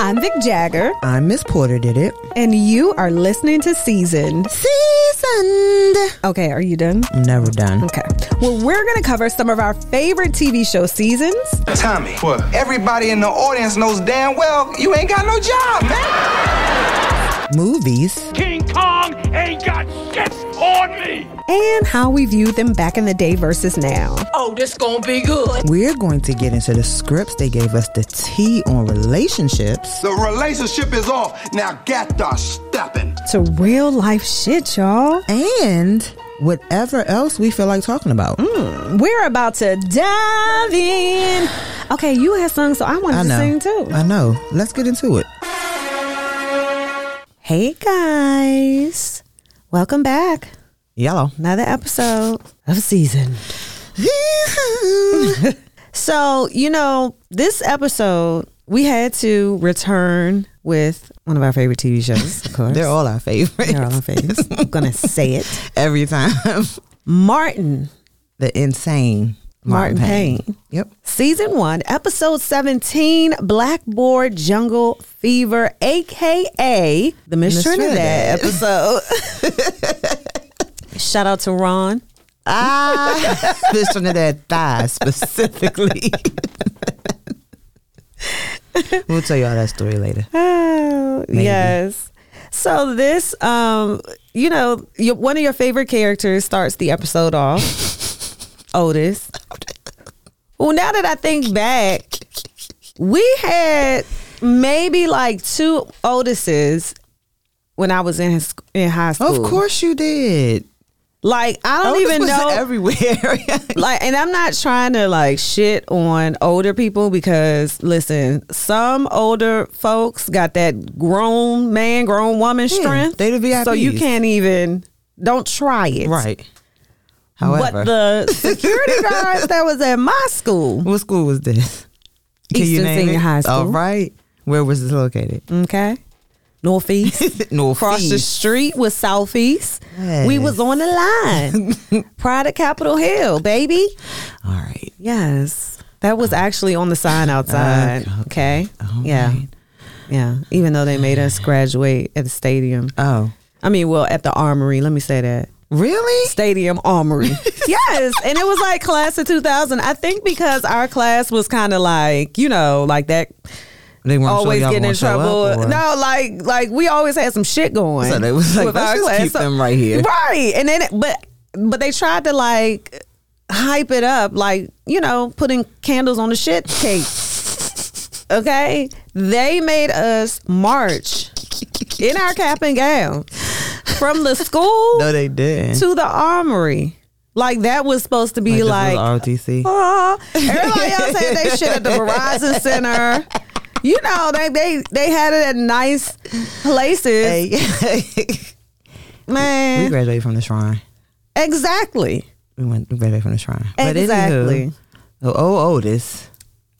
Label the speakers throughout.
Speaker 1: I'm Vic Jagger,
Speaker 2: I'm Uh, Miss Porter. Did it
Speaker 1: and you are listening to Seasoned.
Speaker 2: seasoned?
Speaker 1: Okay, are you done?
Speaker 2: I'm never done.
Speaker 1: Okay. Well, we're going to cover some of our favorite TV show seasons.
Speaker 3: Tommy, what? Everybody in the audience knows damn well you ain't got no job, man.
Speaker 2: Movies.
Speaker 4: King Kong ain't got shit on me.
Speaker 1: and how we viewed them back in the day versus now.
Speaker 5: Oh, this gonna be good.
Speaker 2: We're going to get into the scripts they gave us the tea on relationships.
Speaker 3: The relationship is off. Now get the stepping.
Speaker 1: To real life shit, y'all.
Speaker 2: And whatever else we feel like talking about.
Speaker 1: Mm, We're about to dive in. Okay, you had sung, so I wanted
Speaker 2: I
Speaker 1: to
Speaker 2: know.
Speaker 1: sing too.
Speaker 2: I know. Let's get into it.
Speaker 1: hey guys, welcome back.
Speaker 2: Yellow.
Speaker 1: Another episode of season. So, you know, this episode, we had to return with one of our favorite TV shows, of course.
Speaker 2: They're all our favorites
Speaker 1: They're all our favorites. I'm gonna say it.
Speaker 2: every time.
Speaker 1: Martin,
Speaker 2: The insane
Speaker 1: Martin
Speaker 2: Martin, Payne.
Speaker 1: Payne.
Speaker 2: Yep.
Speaker 1: Season 1, Episode 17, Blackboard Jungle Fever, aka the Miss,
Speaker 2: Miss
Speaker 1: Trinidad,
Speaker 2: Trinidad.
Speaker 1: episode. Shout out to Ron.
Speaker 2: Ah, this one of that thigh specifically. we'll tell y'all that story later.
Speaker 1: Oh, yes. So this, um, you know, your, one of your favorite characters starts the episode off. Otis. Well, now that I think back, we had maybe like two Otises when I was in his, in high school.
Speaker 2: Of course you did. Oh,
Speaker 1: Like I don't even know.
Speaker 2: everywhere.
Speaker 1: like, and I'm not trying to like shit on older people because listen, some older folks got that grown man, grown woman
Speaker 2: Yeah,
Speaker 1: strength.
Speaker 2: they the VIPs.
Speaker 1: So you can't even. Don't try it.
Speaker 2: right. However,
Speaker 1: But the security guards that was at my school.
Speaker 2: what school was this?
Speaker 1: Eastern Senior High School.
Speaker 2: All right. Where was this located?
Speaker 1: Okay. Northeast.
Speaker 2: North
Speaker 1: Across the
Speaker 2: East.
Speaker 1: street was Southeast. We was on the line. Pride of Capitol Hill, baby.
Speaker 2: All right.
Speaker 1: Yes. That was actually on the sign outside. okay.
Speaker 2: All
Speaker 1: yeah.
Speaker 2: right.
Speaker 1: Yeah. Even though they made us graduate at the stadium.
Speaker 2: Oh,
Speaker 1: I mean, well, at the armory. Let me say that.
Speaker 2: really?
Speaker 1: Stadium Armory. yes. And it was like class of 2000. I think because our class was kind of like, you know, like that
Speaker 2: They weren't
Speaker 1: always
Speaker 2: sure y'all
Speaker 1: getting in
Speaker 2: gonna show up,
Speaker 1: trouble.
Speaker 2: or-
Speaker 1: No, like like we always had some shit going.
Speaker 2: So they was like,
Speaker 1: with
Speaker 2: "Let's
Speaker 1: our
Speaker 2: just
Speaker 1: class."
Speaker 2: keep them right here.
Speaker 1: right? And then, but but they tried to like hype it up, like you know, putting candles on the shit cake. okay, they made us march in our cap and gown from the school
Speaker 2: No, they didn't.
Speaker 1: to the armory. Like that was supposed to be
Speaker 2: Like, oh,
Speaker 1: like,
Speaker 2: this was ROTC.
Speaker 1: Aw. Everybody else had they shit at the Verizon Center. You know, they they, they had it at nice places.
Speaker 2: Hey. we
Speaker 1: Man.
Speaker 2: graduated from the shrine.
Speaker 1: Exactly.
Speaker 2: We went. We graduated from the shrine. But anywho,
Speaker 1: Exactly.
Speaker 2: oh, oh, Otis.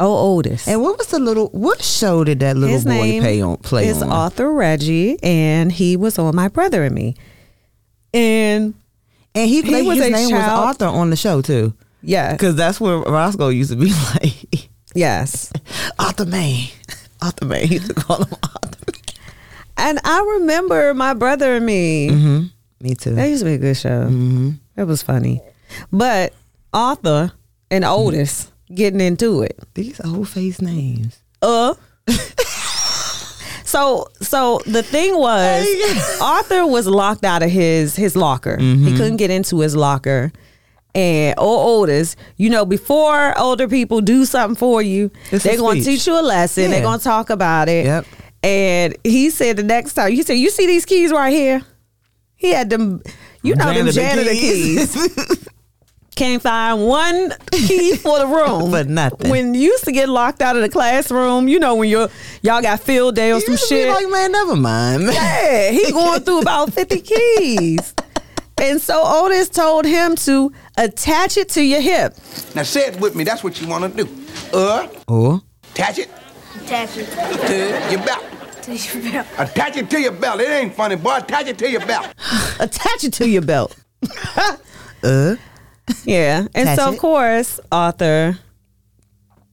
Speaker 1: Oh Otis.
Speaker 2: And what was the little? What show did that little
Speaker 1: His
Speaker 2: boy
Speaker 1: name
Speaker 2: pay on? Play
Speaker 1: is
Speaker 2: on?
Speaker 1: author Reggie and he was on My Brother and Me. And
Speaker 2: And he,
Speaker 1: He
Speaker 2: they-
Speaker 1: was
Speaker 2: his
Speaker 1: a
Speaker 2: name
Speaker 1: child-
Speaker 2: was Arthur on the show too,
Speaker 1: yeah.
Speaker 2: because that's where Roscoe used to be like
Speaker 1: Yes.
Speaker 2: Arthur May, Arthur May. He used to call him Arthur.
Speaker 1: And I remember My Brother and Me.
Speaker 2: Mm-hmm. Me too.
Speaker 1: That used to be a good show. Mm-hmm. It was funny. But Arthur and Otis getting into it.
Speaker 2: These old face names.
Speaker 1: uh so so the thing was arthur was locked out of his his locker
Speaker 2: Mm-hmm.
Speaker 1: he couldn't get into his locker and or oldest you know before older people do something for you
Speaker 2: It's a
Speaker 1: they're going to
Speaker 2: speech.
Speaker 1: teach you a lesson
Speaker 2: Yeah.
Speaker 1: they're going to talk about it
Speaker 2: Yep.
Speaker 1: and he said the next time he said you see these keys right here he had them you know them janitor keys can't find one key for the room
Speaker 2: For nothing.
Speaker 1: When you used to get locked out of the classroom, you know when you're y'all got field day or
Speaker 2: He
Speaker 1: some
Speaker 2: used to be
Speaker 1: shit.
Speaker 2: Like man, never mind.
Speaker 1: yeah, he going through about fifty keys, and so Otis told him to attach it to your hip.
Speaker 3: Now say it with me. That's what you want to do. Uh,
Speaker 2: Or
Speaker 3: attach it
Speaker 6: Attach it
Speaker 3: to your belt.
Speaker 6: to your belt.
Speaker 3: Attach it to your belt. It ain't funny, boy. Attach it to your belt.
Speaker 1: Attach it to your belt.
Speaker 2: uh,
Speaker 1: Yeah, and
Speaker 2: Attach
Speaker 1: so of
Speaker 2: it.
Speaker 1: course Arthur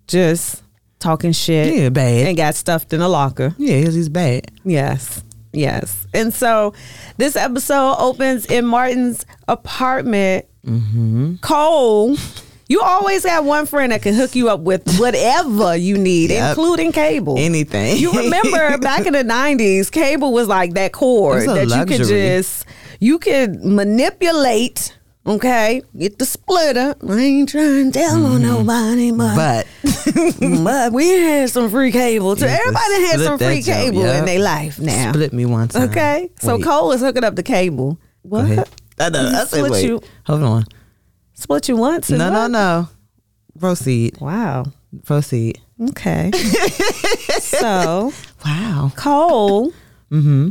Speaker 1: just talking shit.
Speaker 2: Yeah, bad.
Speaker 1: And got stuffed in a locker.
Speaker 2: Yeah, 'cause he's bad.
Speaker 1: Yes. Yes. And so this episode opens in Martin's apartment.
Speaker 2: Mm-hmm.
Speaker 1: Cole, you always have one friend that can hook you up with whatever you need,
Speaker 2: Yep.
Speaker 1: including cable.
Speaker 2: Anything.
Speaker 1: You remember back in the 90s, cable was like that cord
Speaker 2: It was a
Speaker 1: that you could
Speaker 2: luxury.
Speaker 1: just, you could manipulate. Okay, get the splitter. I ain't trying to tell on nobody, but
Speaker 2: Mm-hmm.
Speaker 1: but
Speaker 2: but
Speaker 1: we had some free cable too.
Speaker 2: Yeah, just
Speaker 1: Everybody had
Speaker 2: split
Speaker 1: some
Speaker 2: that
Speaker 1: free
Speaker 2: jump,
Speaker 1: cable
Speaker 2: yeah.
Speaker 1: in their life now.
Speaker 2: split me one time.
Speaker 1: Okay, so
Speaker 2: Wait,
Speaker 1: Cole is hooking up the cable.
Speaker 2: Go
Speaker 1: What?
Speaker 2: ahead. I know, I said,
Speaker 1: Split
Speaker 2: wait.
Speaker 1: you-
Speaker 2: Hold on.
Speaker 1: Split you once? and
Speaker 2: No, no,
Speaker 1: what?
Speaker 2: no. Proceed.
Speaker 1: Wow.
Speaker 2: Proceed.
Speaker 1: Okay. so
Speaker 2: Wow.
Speaker 1: Cole. mm-hmm.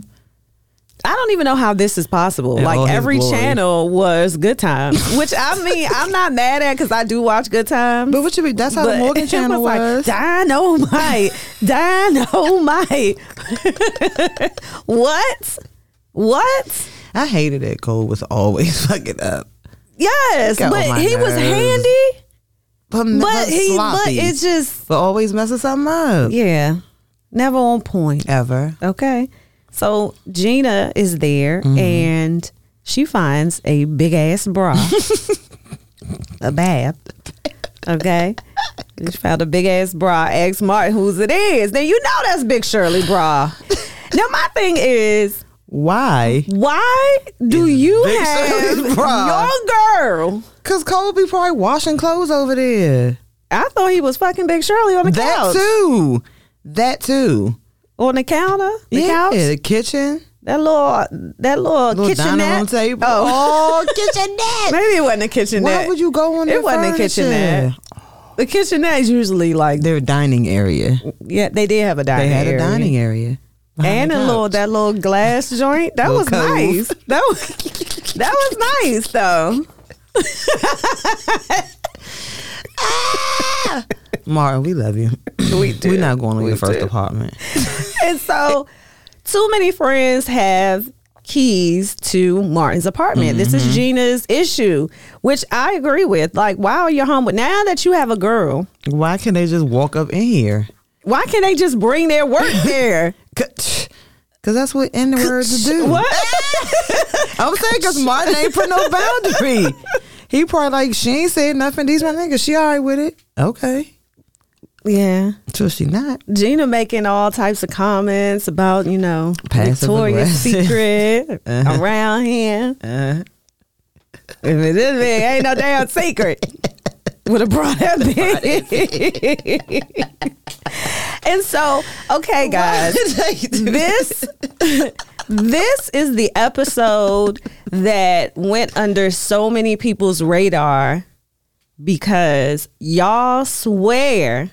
Speaker 1: I don't even know how this is possible.
Speaker 2: In all
Speaker 1: like
Speaker 2: his
Speaker 1: every
Speaker 2: glory.
Speaker 1: channel was Good Times, which I mean, I'm not mad at because I do watch Good Times.
Speaker 2: But what you be? That's how the
Speaker 1: But
Speaker 2: Morgan
Speaker 1: it
Speaker 2: Channel was.
Speaker 1: Like, dynamite, dynamite. what? What?
Speaker 2: I hated that Cole was always fucking up.
Speaker 1: Yes,
Speaker 2: Got on
Speaker 1: but
Speaker 2: my
Speaker 1: he was
Speaker 2: nerves.
Speaker 1: handy.
Speaker 2: But,
Speaker 1: But he,
Speaker 2: sloppy.
Speaker 1: but it's just
Speaker 2: but always messing something up.
Speaker 1: yeah, never on point.
Speaker 2: Ever.
Speaker 1: Okay, so Gina is there
Speaker 2: Mm-hmm.
Speaker 1: and she finds a big ass bra, a bath. Okay. She found a big ass bra. Ask Martin whose it is. Then you know that's Big Shirley bra. now my thing is,
Speaker 2: Why?
Speaker 1: Why do you
Speaker 2: Big
Speaker 1: have
Speaker 2: Shirley's bra.
Speaker 1: your girl?
Speaker 2: Cause Cole be probably washing clothes over there.
Speaker 1: I thought he was fucking Big Shirley on the
Speaker 2: That
Speaker 1: couch.
Speaker 2: too. That too.
Speaker 1: On the counter, the
Speaker 2: yeah,
Speaker 1: couch,
Speaker 2: the kitchen,
Speaker 1: that little, that little,
Speaker 2: little dining room
Speaker 1: kitchenette.
Speaker 2: table.
Speaker 1: Oh.
Speaker 2: kitchenette.
Speaker 1: Maybe it wasn't a kitchenette.
Speaker 2: Why would you go on?
Speaker 1: It
Speaker 2: their
Speaker 1: wasn't a
Speaker 2: furniture?
Speaker 1: kitchenette. The kitchenette is usually like,
Speaker 2: Their dining area.
Speaker 1: yeah, they did have a
Speaker 2: They
Speaker 1: dining.
Speaker 2: had a
Speaker 1: area.
Speaker 2: dining area. behind
Speaker 1: and
Speaker 2: the
Speaker 1: a little
Speaker 2: couch.
Speaker 1: that little glass joint. That
Speaker 2: Little
Speaker 1: was
Speaker 2: cove.
Speaker 1: nice. That was that was nice though.
Speaker 2: Martin, we love you.
Speaker 1: We did.
Speaker 2: We're not going to your first apartment.
Speaker 1: and so too many friends have keys to Martin's apartment. This
Speaker 2: Mm-hmm.
Speaker 1: is Gina's issue, which I agree with. Like, why are you home? But now that you have a girl,
Speaker 2: Why can't they just walk up in here?
Speaker 1: why can't they just bring their work there?
Speaker 2: Cause that's what N words do.
Speaker 1: what?
Speaker 2: I'm saying because Martin ain't put no boundary. He probably like she ain't said nothing. These my niggas. She all right with it. Okay.
Speaker 1: yeah.
Speaker 2: So she not.
Speaker 1: Gina making all types of comments about, you know,
Speaker 2: Passive
Speaker 1: Victoria's
Speaker 2: aggressive.
Speaker 1: Secret around here. If it is big, ain't no damn secret. Would have brought that big. and so, okay, guys, this this is the episode that went under so many people's radar because y'all swear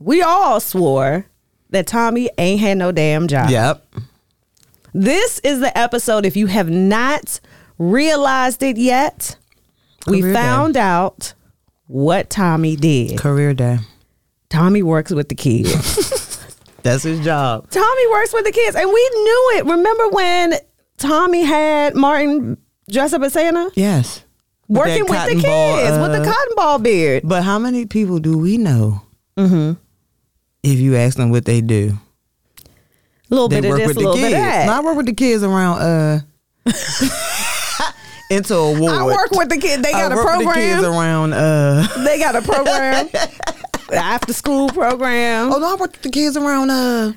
Speaker 1: we all swore that Tommy ain't had no damn job.
Speaker 2: Yep.
Speaker 1: This is the episode. If you have not realized it yet, we
Speaker 2: Career day.
Speaker 1: found out what Tommy did.
Speaker 2: Career day.
Speaker 1: Tommy works with the kids.
Speaker 2: That's his job.
Speaker 1: Tommy works with the kids, and we knew it. Remember when Tommy had Martin dress up as Santa,
Speaker 2: Yes.
Speaker 1: working with
Speaker 2: that
Speaker 1: the
Speaker 2: cotton
Speaker 1: kids
Speaker 2: ball,
Speaker 1: with the
Speaker 2: uh,
Speaker 1: cotton ball beard?
Speaker 2: But how many people do we know? Mm-hmm. If you ask them what they do,
Speaker 1: A little
Speaker 2: they
Speaker 1: bit of
Speaker 2: work
Speaker 1: this,
Speaker 2: with
Speaker 1: a
Speaker 2: the
Speaker 1: little
Speaker 2: kids.
Speaker 1: bit of that.
Speaker 2: No, I work with the kids around uh into award.
Speaker 1: I work with the kid. They
Speaker 2: I
Speaker 1: got a
Speaker 2: work with the kids
Speaker 1: program.
Speaker 2: around uh
Speaker 1: They got a program. After school program
Speaker 2: Oh no, I work with the kids around uh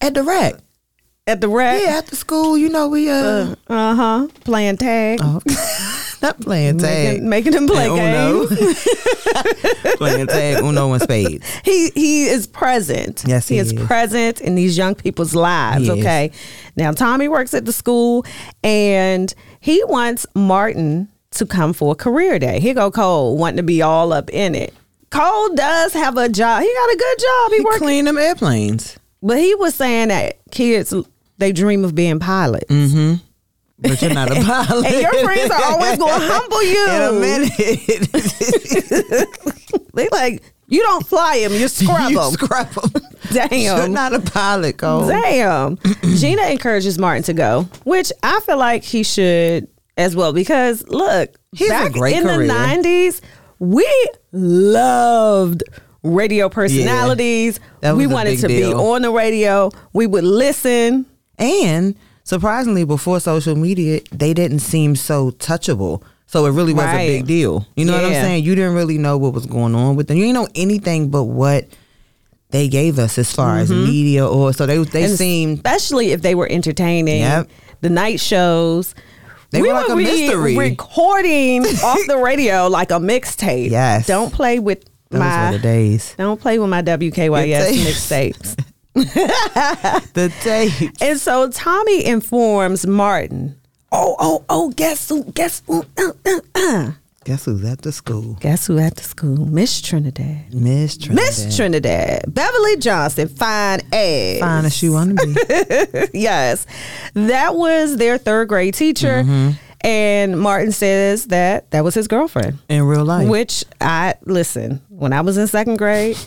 Speaker 2: at the rack.
Speaker 1: at the rec.
Speaker 2: Yeah, after school, you know, we uh,
Speaker 1: Uh huh. Playing
Speaker 2: Oh,
Speaker 1: tag.
Speaker 2: not playing tag.
Speaker 1: Making, making him
Speaker 2: oh,
Speaker 1: play
Speaker 2: and
Speaker 1: games.
Speaker 2: Uno. playing tag, Uno and spades.
Speaker 1: He he is present.
Speaker 2: Yes, he
Speaker 1: is,
Speaker 2: is.
Speaker 1: present in these young people's lives.
Speaker 2: He is.
Speaker 1: okay. Now Tommy works at the school and he wants Martin to come for a career day. Here go Cole wanting to be all up in it. Cole does have a job. He got a good job. He,
Speaker 2: He
Speaker 1: works,
Speaker 2: clean them airplanes.
Speaker 1: but he was saying that kids they dream of being pilots.
Speaker 2: Mm. But you're not a pilot.
Speaker 1: And your friends are always going to humble you.
Speaker 2: in a minute.
Speaker 1: They like you don't fly him, you scrub
Speaker 2: you
Speaker 1: him.
Speaker 2: scrub 'em. You're
Speaker 1: Damn.
Speaker 2: not a pilot, Cole.
Speaker 1: Damn. Gina encourages Martin to go, which I feel like he should as well because look,
Speaker 2: He has a
Speaker 1: back
Speaker 2: great
Speaker 1: in
Speaker 2: career.
Speaker 1: the 90s, we loved radio personalities.
Speaker 2: That
Speaker 1: We
Speaker 2: was a
Speaker 1: wanted
Speaker 2: big
Speaker 1: to be
Speaker 2: deal.
Speaker 1: on the radio. We would listen.
Speaker 2: And surprisingly, before social media, they didn't seem so touchable. So it really was
Speaker 1: Right.
Speaker 2: a big deal. You know what I'm
Speaker 1: Yeah.
Speaker 2: saying? You didn't really know what was going on with them. You didn't know anything but what they gave us as far as media or so they they
Speaker 1: Mm-hmm. And
Speaker 2: seemed
Speaker 1: especially if they were entertaining.
Speaker 2: Yep.
Speaker 1: The night shows.
Speaker 2: They were like a mystery.
Speaker 1: recording off the radio like a mixtape.
Speaker 2: Yes.
Speaker 1: Don't play with
Speaker 2: those were the
Speaker 1: my
Speaker 2: days.
Speaker 1: don't play with my WKYS
Speaker 2: Your
Speaker 1: mixtapes.
Speaker 2: The days.
Speaker 1: And so Tommy informs Martin. Oh, oh, oh, guess who? Guess who? Uh, uh, uh.
Speaker 2: Guess who's at the school?
Speaker 1: Guess who at the school? Miss Trinidad.
Speaker 2: Miss Trinidad.
Speaker 1: Miss Trinidad. Beverly Johnson. Fine ass.
Speaker 2: Fine as she wanna be.
Speaker 1: yes. That was their third grade teacher. And Martin says that that was his girlfriend,
Speaker 2: In real life.
Speaker 1: which I, listen, when I was in second grade,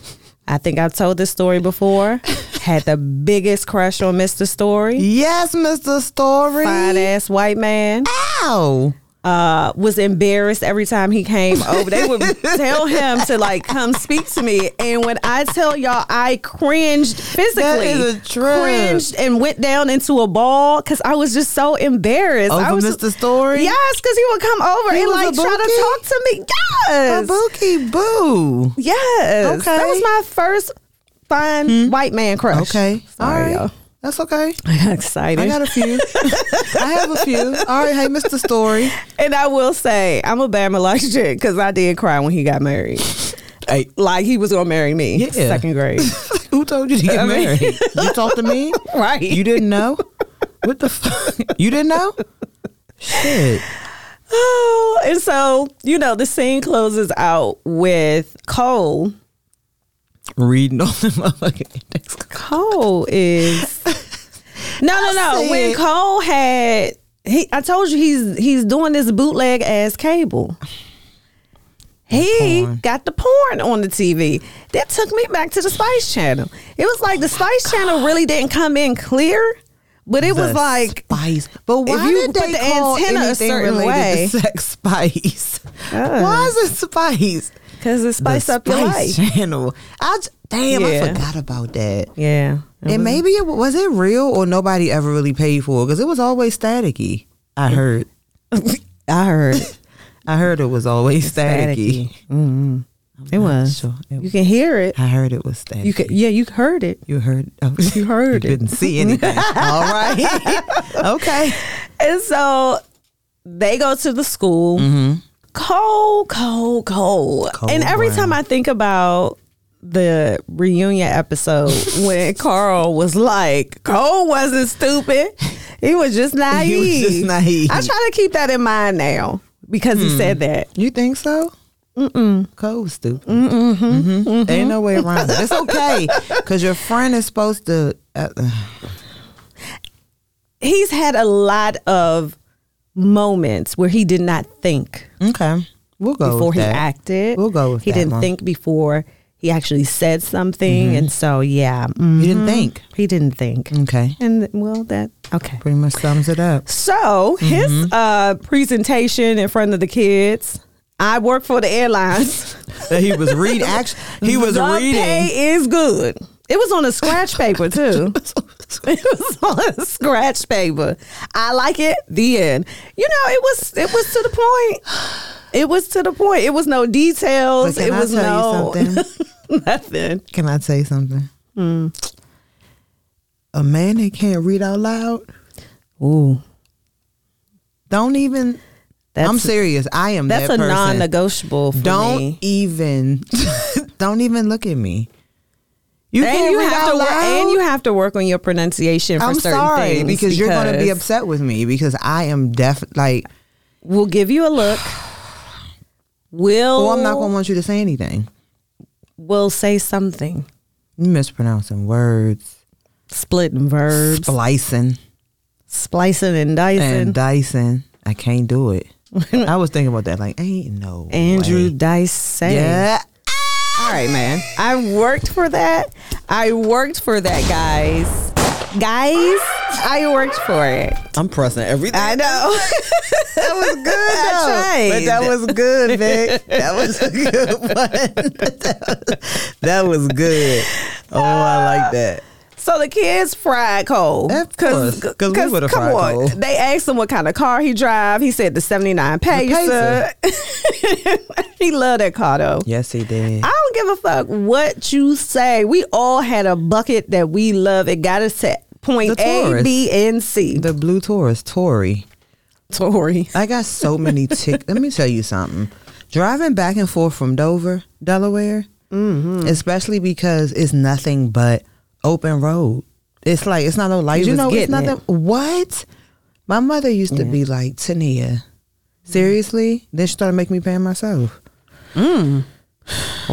Speaker 1: I think I've told this story before, had the biggest crush on Mr. Story.
Speaker 2: yes, Mr. Story.
Speaker 1: Fine ass white man
Speaker 2: Ow.
Speaker 1: uh, was embarrassed every time he came over. They would tell him to like come speak to me, and when I tell y'all, I cringed physically,
Speaker 2: is a trip.
Speaker 1: cringed and went down into a ball because I was just so embarrassed. I
Speaker 2: Over
Speaker 1: was
Speaker 2: Mr. Story.
Speaker 1: Yes, because he would come over
Speaker 2: He
Speaker 1: and
Speaker 2: was a
Speaker 1: like try to
Speaker 2: bookie?
Speaker 1: talk to me. Yes,
Speaker 2: Kabuki Boo.
Speaker 1: yes. That
Speaker 2: Okay. Hmm?
Speaker 1: was my first fine white man crush.
Speaker 2: Okay.
Speaker 1: sorry,
Speaker 2: All
Speaker 1: y'all.
Speaker 2: right. That's okay.
Speaker 1: I got excited.
Speaker 2: I got a few. I have a few. All right, hey, Mr. Story.
Speaker 1: And I will say, I'm a bad Malak chick because I did cry when he got married.
Speaker 2: Hey.
Speaker 1: Like he was gonna marry me.
Speaker 2: Yeah.
Speaker 1: Second grade.
Speaker 2: Who told you to get
Speaker 1: I mean-
Speaker 2: married? You talked to me?
Speaker 1: Right.
Speaker 2: You didn't know? What the fuck? You didn't know? Shit.
Speaker 1: oh, and so, you know, the scene closes out with Cole.
Speaker 2: Reading all the motherfucking index cards.
Speaker 1: Cole is No, no, no.
Speaker 2: said-
Speaker 1: When Cole had he I told you he's he's doing this bootleg ass cable. He
Speaker 2: porn.
Speaker 1: got the porn on the TV. That took me back to the Spice Channel. It was like the Spice Channel really didn't come in clear, but it was
Speaker 2: The
Speaker 1: like
Speaker 2: spice. But why
Speaker 1: you
Speaker 2: did
Speaker 1: put
Speaker 2: they
Speaker 1: the
Speaker 2: call
Speaker 1: antenna a
Speaker 2: anything
Speaker 1: certain
Speaker 2: related
Speaker 1: way-
Speaker 2: to sex spice? Why is it spice?
Speaker 1: because it spiced
Speaker 2: The
Speaker 1: up your life.
Speaker 2: Spice Channel. I j- damn, I
Speaker 1: Yeah.
Speaker 2: forgot about that.
Speaker 1: Yeah.
Speaker 2: And maybe it was it real or nobody ever really paid for it because it was always staticky. I heard.
Speaker 1: I heard
Speaker 2: I heard it was always staticky.
Speaker 1: it was.
Speaker 2: Sure. It
Speaker 1: You can hear it.
Speaker 2: I heard it was staticky.
Speaker 1: You can yeah, you heard it.
Speaker 2: You heard. Oh,
Speaker 1: You heard
Speaker 2: you
Speaker 1: it.
Speaker 2: Didn't see anything. All right. okay.
Speaker 1: And so they go to the school. Cold, cold, cold,
Speaker 2: Mm-hmm. Cold
Speaker 1: And every
Speaker 2: brown.
Speaker 1: time I think about the reunion episode when Carl was like, Cole wasn't stupid. He was just naive.
Speaker 2: He was just naive. Hmm.
Speaker 1: I try to keep that in mind now because he said that.
Speaker 2: You think so? Mm-mm. Cold stupid. Mm-mm. Mm-hmm. Ain't no way around it. It's okay because your friend is supposed to. Uh, uh,
Speaker 1: He's had a lot of moments where he did not think.
Speaker 2: okay. We'll go
Speaker 1: before
Speaker 2: with
Speaker 1: he
Speaker 2: that.
Speaker 1: acted.
Speaker 2: We'll go with
Speaker 1: he
Speaker 2: that
Speaker 1: didn't
Speaker 2: one. Mm-hmm.
Speaker 1: think before he actually said something, and so yeah, mm,
Speaker 2: You didn't think.
Speaker 1: he didn't think.
Speaker 2: Okay.
Speaker 1: And well, that okay.
Speaker 2: Pretty much sums it up.
Speaker 1: So
Speaker 2: Mm-hmm.
Speaker 1: his uh, presentation in front of the kids. I work for the airlines.
Speaker 2: That he was reading. Actually, he was
Speaker 1: the
Speaker 2: reading.
Speaker 1: pay is good. It was on a scratch paper too. it was on a scratch paper. I like it. The end. You know, it was it was to the point. It was to the point. It was no
Speaker 2: But
Speaker 1: details.
Speaker 2: can
Speaker 1: It
Speaker 2: I
Speaker 1: was
Speaker 2: tell
Speaker 1: no
Speaker 2: you something?
Speaker 1: nothing.
Speaker 2: Can I say something?
Speaker 1: Hmm.
Speaker 2: A man that can't read out loud,
Speaker 1: Ooh,
Speaker 2: don't even.
Speaker 1: that's
Speaker 2: I'm serious. I am
Speaker 1: That's
Speaker 2: that
Speaker 1: a
Speaker 2: person.
Speaker 1: non-negotiable for
Speaker 2: Don't
Speaker 1: me.
Speaker 2: even. don't even look at me. You
Speaker 1: And
Speaker 2: can't
Speaker 1: you
Speaker 2: read
Speaker 1: have
Speaker 2: out
Speaker 1: to work,
Speaker 2: loud.
Speaker 1: and you have to work on your pronunciation for
Speaker 2: I'm
Speaker 1: certain
Speaker 2: sorry
Speaker 1: things
Speaker 2: because you're going to be
Speaker 1: because
Speaker 2: upset with me because I am deaf. Like,
Speaker 1: We'll give you a look. We'll
Speaker 2: oh, I'm not going to want you to say anything.
Speaker 1: we'll say something.
Speaker 2: You mispronouncing words,
Speaker 1: Splitting verbs,
Speaker 2: splicing,
Speaker 1: splicing and dicing.
Speaker 2: and dicing. I can't do it. I was thinking about that. Like, ain't no
Speaker 1: Andrew
Speaker 2: way.
Speaker 1: Dice.
Speaker 2: Yeah.
Speaker 1: All right, man. I worked for that. I worked for that, guys. Guys. I worked for it.
Speaker 2: I'm pressing everything.
Speaker 1: I know.
Speaker 2: that was good.
Speaker 1: I
Speaker 2: though. But that
Speaker 1: tried.
Speaker 2: was good, Vic. That was a good one. That was- that was good. Oh, I like that.
Speaker 1: So the kids fried cold.
Speaker 2: Of course, 'cause we would've
Speaker 1: come
Speaker 2: fried
Speaker 1: on.
Speaker 2: cold.
Speaker 1: They asked him what kind of car he drive. He said the 79 Pacer. he loved that car though.
Speaker 2: Yes, he did.
Speaker 1: I don't give a fuck what you say. We all had a bucket that we love. It got us to point
Speaker 2: The
Speaker 1: A,
Speaker 2: Taurus.
Speaker 1: B, and C.
Speaker 2: the blue Taurus, Tory.
Speaker 1: Tory.
Speaker 2: I got so many tick. Let me tell you something. Driving back and forth from Dover, Delaware,
Speaker 1: Mm-hmm.
Speaker 2: especially because it's nothing but open road. It's like it's not no light.
Speaker 1: You
Speaker 2: You
Speaker 1: was
Speaker 2: know, it's
Speaker 1: getting
Speaker 2: nothing.
Speaker 1: it.
Speaker 2: What? My mother used to be like Tania. Seriously? Then she started making me pay myself.
Speaker 1: Well,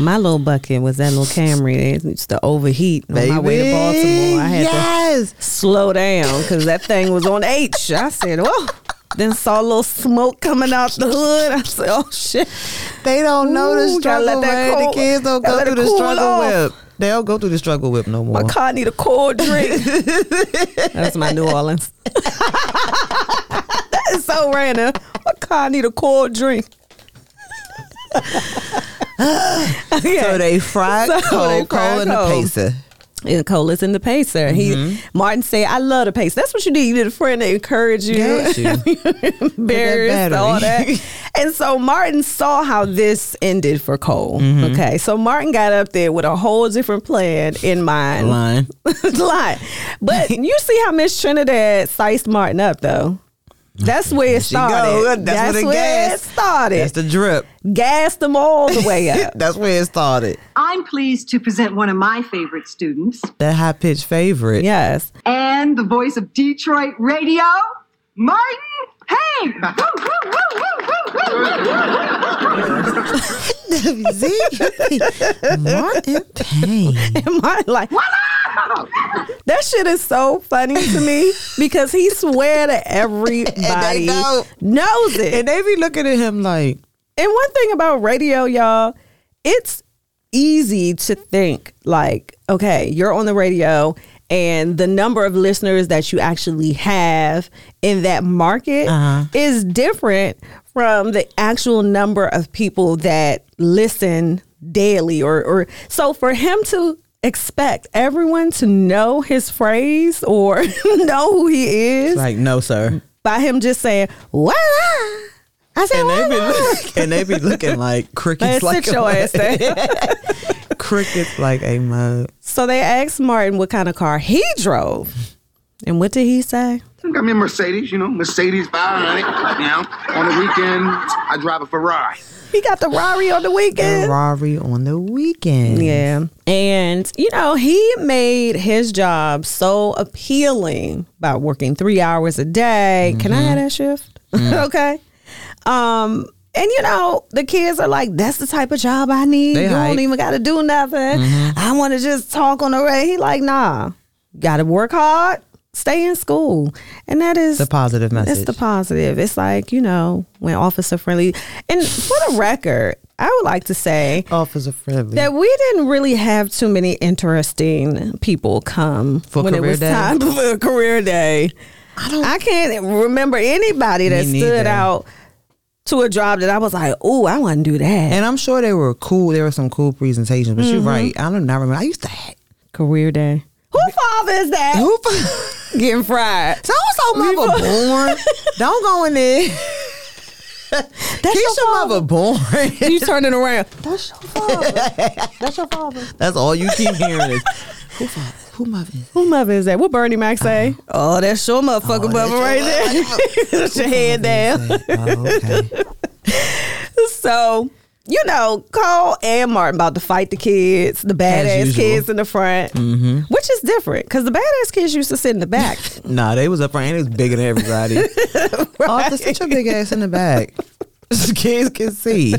Speaker 1: my little bucket was that little Camry. It used to overheat on my way to Baltimore. I had to
Speaker 2: yes.
Speaker 1: slow down because that thing was on H. I said, "Whoa!" Then saw a little smoke coming out the hood. I said, "Oh shit!"
Speaker 2: They don't know the
Speaker 1: Ooh, gotta let
Speaker 2: struggle.
Speaker 1: that
Speaker 2: man.
Speaker 1: cool-
Speaker 2: the kids don't
Speaker 1: gotta
Speaker 2: go
Speaker 1: let
Speaker 2: through
Speaker 1: it
Speaker 2: the
Speaker 1: cool
Speaker 2: struggle
Speaker 1: off.
Speaker 2: whip. They don't go through the struggle whip no more.
Speaker 1: My car need a cold drink. That's my New Orleans. that is so random. My car need a cold drink. okay.
Speaker 2: So they fried
Speaker 1: So
Speaker 2: so
Speaker 1: they fried
Speaker 2: cold, cold, and the
Speaker 1: cold.
Speaker 2: pacer.
Speaker 1: And Cola's in the pacer. He
Speaker 2: Mm-hmm.
Speaker 1: Martin said, "I love the pacer. That's what you need. You need a friend to encourage you,
Speaker 2: Yes, you.
Speaker 1: embarrassed,
Speaker 2: battery.
Speaker 1: all that." and so Martin saw how this ended for Cole.
Speaker 2: Mm-hmm.
Speaker 1: Okay, so Martin got up there with a whole different plan in mind.
Speaker 2: Line.
Speaker 1: It's a lot. But you see how Miss Trinidad sized Martin up though. That's where it
Speaker 2: she go.
Speaker 1: started.
Speaker 2: That's where the
Speaker 1: where
Speaker 2: gas-
Speaker 1: it started.
Speaker 2: That's the drip.
Speaker 1: Gassed them all the way up.
Speaker 2: That's where it started.
Speaker 6: I'm pleased to present one of my favorite students
Speaker 2: That high pitched favorite.
Speaker 1: yes.
Speaker 6: and the voice of Detroit radio, Martin Haig. Woo, woo, woo, woo, woo, woo, woo.
Speaker 2: See? Martin Payne.
Speaker 1: And Martin like That shit is so funny to me because he swear to everybody
Speaker 2: know.
Speaker 1: knows it.
Speaker 2: And they be looking at him like,
Speaker 1: And one thing about radio, y'all, it's easy to think like, okay, you're on the radio and the number of listeners that you actually have in that market is different from the actual number of people that listen daily or or so for him to expect everyone to know his phrase or know who he is
Speaker 2: like, no, sir.
Speaker 1: by him just saying, What I said,
Speaker 2: And they be,
Speaker 1: "Voila."
Speaker 2: look, and they be looking like
Speaker 1: Man,
Speaker 2: crickets
Speaker 1: sit
Speaker 2: like a
Speaker 1: your ass
Speaker 2: mug.
Speaker 1: down.
Speaker 2: crickets like a mug.
Speaker 1: So they asked Martin what kind of car he drove. And what did he say?
Speaker 7: I'm in Mercedes, you know, Mercedes 500. Now, on the weekend, I drive a Ferrari.
Speaker 1: He got the Rari on the weekend.
Speaker 2: Ferrari on the weekend.
Speaker 1: Yeah. And, you know, he made his job so appealing by working three hours a day. Can
Speaker 2: Mm-hmm.
Speaker 1: I have that shift?
Speaker 2: Mm.
Speaker 1: okay. Um, and you know, the kids are like, that's the type of job I need.
Speaker 2: They
Speaker 1: you
Speaker 2: hype. Mm-hmm.
Speaker 1: don't even gotta do nothing. I wanna just talk on the radio. He like, nah. Gotta work hard, stay in school. And that is
Speaker 2: The positive message.
Speaker 1: it's the positive. It's like, you know, when officer friendly. And for the record, I would like to say
Speaker 2: Officer friendly.
Speaker 1: that we didn't really have too many interesting people come
Speaker 2: For
Speaker 1: when it
Speaker 2: career
Speaker 1: was
Speaker 2: day?
Speaker 1: time for career day. I don't. I can't remember anybody that
Speaker 2: Me
Speaker 1: stood
Speaker 2: neither.
Speaker 1: out to a job that I was like, "Oh, I want to do that."
Speaker 2: and I'm sure they were cool. There were some cool presentations, but you're right. I don't not remember. I used to ha-
Speaker 1: career day. Who father is that?
Speaker 2: Who
Speaker 1: Getting fried.
Speaker 2: So so mother born. Don't go in there.
Speaker 1: That's
Speaker 2: Keisha
Speaker 1: your father.
Speaker 2: mother born.
Speaker 1: You turning around.
Speaker 2: That's all you keep hearing is who father, who mother is.
Speaker 1: Who mother is that? What Bernie Mac say? oh, that's your motherfucking
Speaker 2: Oh,
Speaker 1: mother right
Speaker 2: that's
Speaker 1: there. Put your head down.
Speaker 2: Oh, okay.
Speaker 1: So, you know, Cole and Martin about to fight the kids, the badass
Speaker 2: usual. Mm-hmm.
Speaker 1: kids in the front, which is different because the badass kids used to sit in the back.
Speaker 2: Nah, they was up front and it was bigger than everybody. Arthur, sit your big ass in the back. The kids can see.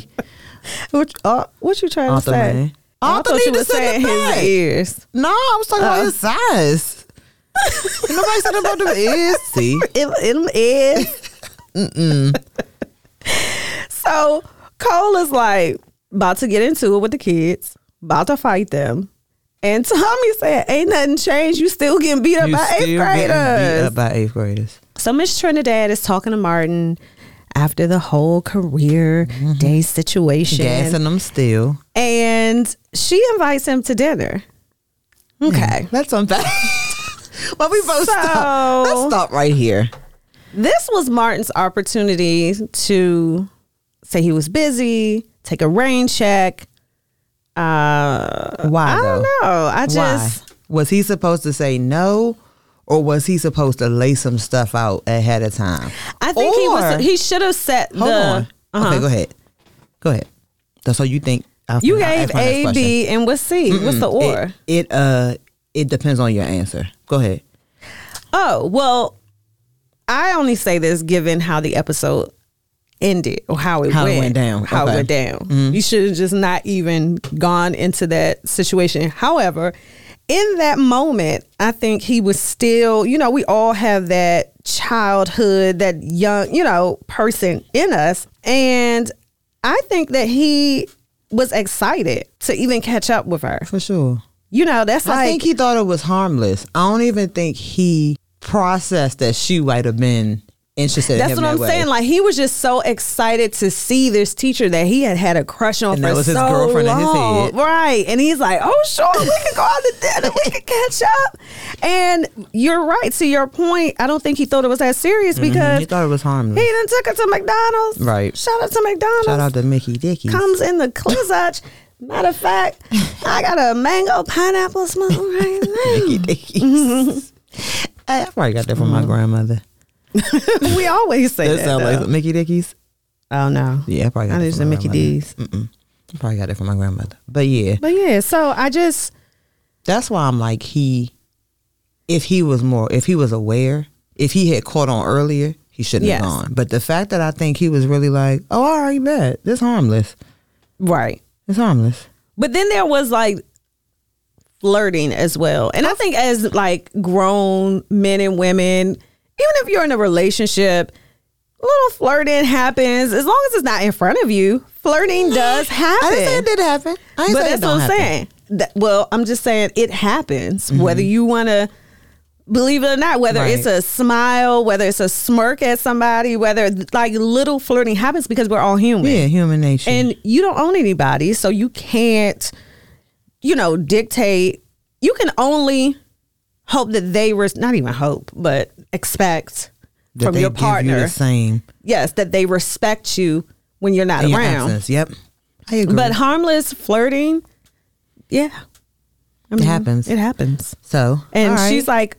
Speaker 1: what, uh, what you trying
Speaker 2: Arthur,
Speaker 1: to say?
Speaker 2: man.
Speaker 1: Oh, I
Speaker 2: Arthur
Speaker 1: thought you
Speaker 2: need to
Speaker 1: were
Speaker 2: sit in
Speaker 1: saying
Speaker 2: the
Speaker 1: his
Speaker 2: back.
Speaker 1: ears.
Speaker 2: No, I was talking
Speaker 1: Uh.
Speaker 2: about his size. Nobody said about them ears. See,
Speaker 1: It, them ears. So Cole is like about to get into it with the kids, about to fight them. And Tommy said, "Ain't nothing changed. You still getting beat up
Speaker 2: You
Speaker 1: by eighth
Speaker 2: still getting beat
Speaker 1: graders."
Speaker 2: up by eighth graders.
Speaker 1: So Miss Trinidad is talking to Martin after the whole career
Speaker 2: Mm-hmm.
Speaker 1: day situation,
Speaker 2: Gassing them still.
Speaker 1: and she invites him to dinner.
Speaker 2: Mm.
Speaker 1: Okay,
Speaker 2: That's something. well, we both stop.
Speaker 1: So-
Speaker 2: Let's stop right here.
Speaker 1: this was Martin's opportunity to say he was busy, take a rain check. Uh,
Speaker 2: Why?
Speaker 1: I don't
Speaker 2: though?
Speaker 1: know. I just
Speaker 2: Why? Was he supposed to say no, or was he supposed to lay some stuff out ahead of time?
Speaker 1: I think he
Speaker 2: Or-
Speaker 1: was he should have set
Speaker 2: Hold
Speaker 1: the uh-huh.
Speaker 2: on. Okay, go ahead. Go ahead. That's all you think. I-
Speaker 1: You
Speaker 2: I-
Speaker 1: gave
Speaker 2: I- I-
Speaker 1: A, B, and what's C? What's the or?
Speaker 2: It, it uh, it depends on your answer. Go ahead.
Speaker 1: oh, well, I only say this given how the episode ended or how it,
Speaker 2: How it
Speaker 1: went,
Speaker 2: went down.
Speaker 1: How
Speaker 2: Okay. Mm-hmm.
Speaker 1: it went down. You should have just not even gone into that situation. However, in that moment, I think he was still, you know, we all have that childhood, that young, you know, person in us. And I think that he was excited to even catch up with her.
Speaker 2: For sure.
Speaker 1: You know, that's like
Speaker 2: I think he thought it was harmless. I don't even think he processed that she might have been interested.
Speaker 1: That's
Speaker 2: in him
Speaker 1: what I'm
Speaker 2: that way.
Speaker 1: saying. Like he was just so excited to see this teacher that he had had a crush on
Speaker 2: And
Speaker 1: for
Speaker 2: that was
Speaker 1: so
Speaker 2: his girlfriend in his
Speaker 1: long,
Speaker 2: head.
Speaker 1: right? And he's like, "Oh, sure, we can go out to dinner, we can catch up." And you're right to your point. I don't think he thought it was that serious because
Speaker 2: Mm, he thought it was harmless.
Speaker 1: uh, he then took her to McDonald's.
Speaker 2: Mm-hmm. Right.
Speaker 1: Shout out to McDonald's.
Speaker 2: Shout out to Mickey Dickey.
Speaker 1: Comes in the clizach. Matter of fact, I got a mango pineapple smoothie right
Speaker 2: Mickey Dickies. I probably got that from my grandmother.
Speaker 1: now. we always say
Speaker 2: That
Speaker 1: that.
Speaker 2: sounds
Speaker 1: though.
Speaker 2: like some Mickey Dickies.
Speaker 1: oh no.
Speaker 2: Yeah, I probably got
Speaker 1: I
Speaker 2: that
Speaker 1: just
Speaker 2: from my
Speaker 1: Mickey
Speaker 2: grandmother.
Speaker 1: D's.
Speaker 2: I probably got that from my grandmother. But yeah,
Speaker 1: But yeah, so I just
Speaker 2: that's why I'm like he. If he was more, if he was aware, if he had caught on earlier, he shouldn't
Speaker 1: Yes.
Speaker 2: have gone. But the fact that I think he was really like, oh, all right, bet this harmless.
Speaker 1: right.
Speaker 2: It's harmless.
Speaker 1: But then there was like flirting as well. And I think as like grown men and women, even if you're in a relationship, little flirting happens as long as it's not in front of you. Flirting does happen.
Speaker 2: I didn't say it did happen. I
Speaker 1: but
Speaker 2: didn't say
Speaker 1: that's
Speaker 2: it
Speaker 1: what I'm
Speaker 2: don't happen. Mm-hmm.
Speaker 1: saying. That- well, I'm just saying it happens, whether you want to believe it or not, whether it's
Speaker 2: Right.
Speaker 1: a smile, whether it's a smirk at somebody, whether like little flirting happens because we're all human.
Speaker 2: Yeah, human nature.
Speaker 1: and you don't own anybody, so you can't, you know, dictate. You can only hope that they were not even hope, but expect
Speaker 2: That
Speaker 1: from
Speaker 2: they
Speaker 1: your
Speaker 2: give you
Speaker 1: partner.
Speaker 2: the same
Speaker 1: yes, that they respect you when you're not
Speaker 2: in your
Speaker 1: around.
Speaker 2: absence. Yep, I agree.
Speaker 1: But harmless flirting, yeah, I mean,
Speaker 2: happens.
Speaker 1: It happens.
Speaker 2: so
Speaker 1: And
Speaker 2: all right.
Speaker 1: she's like,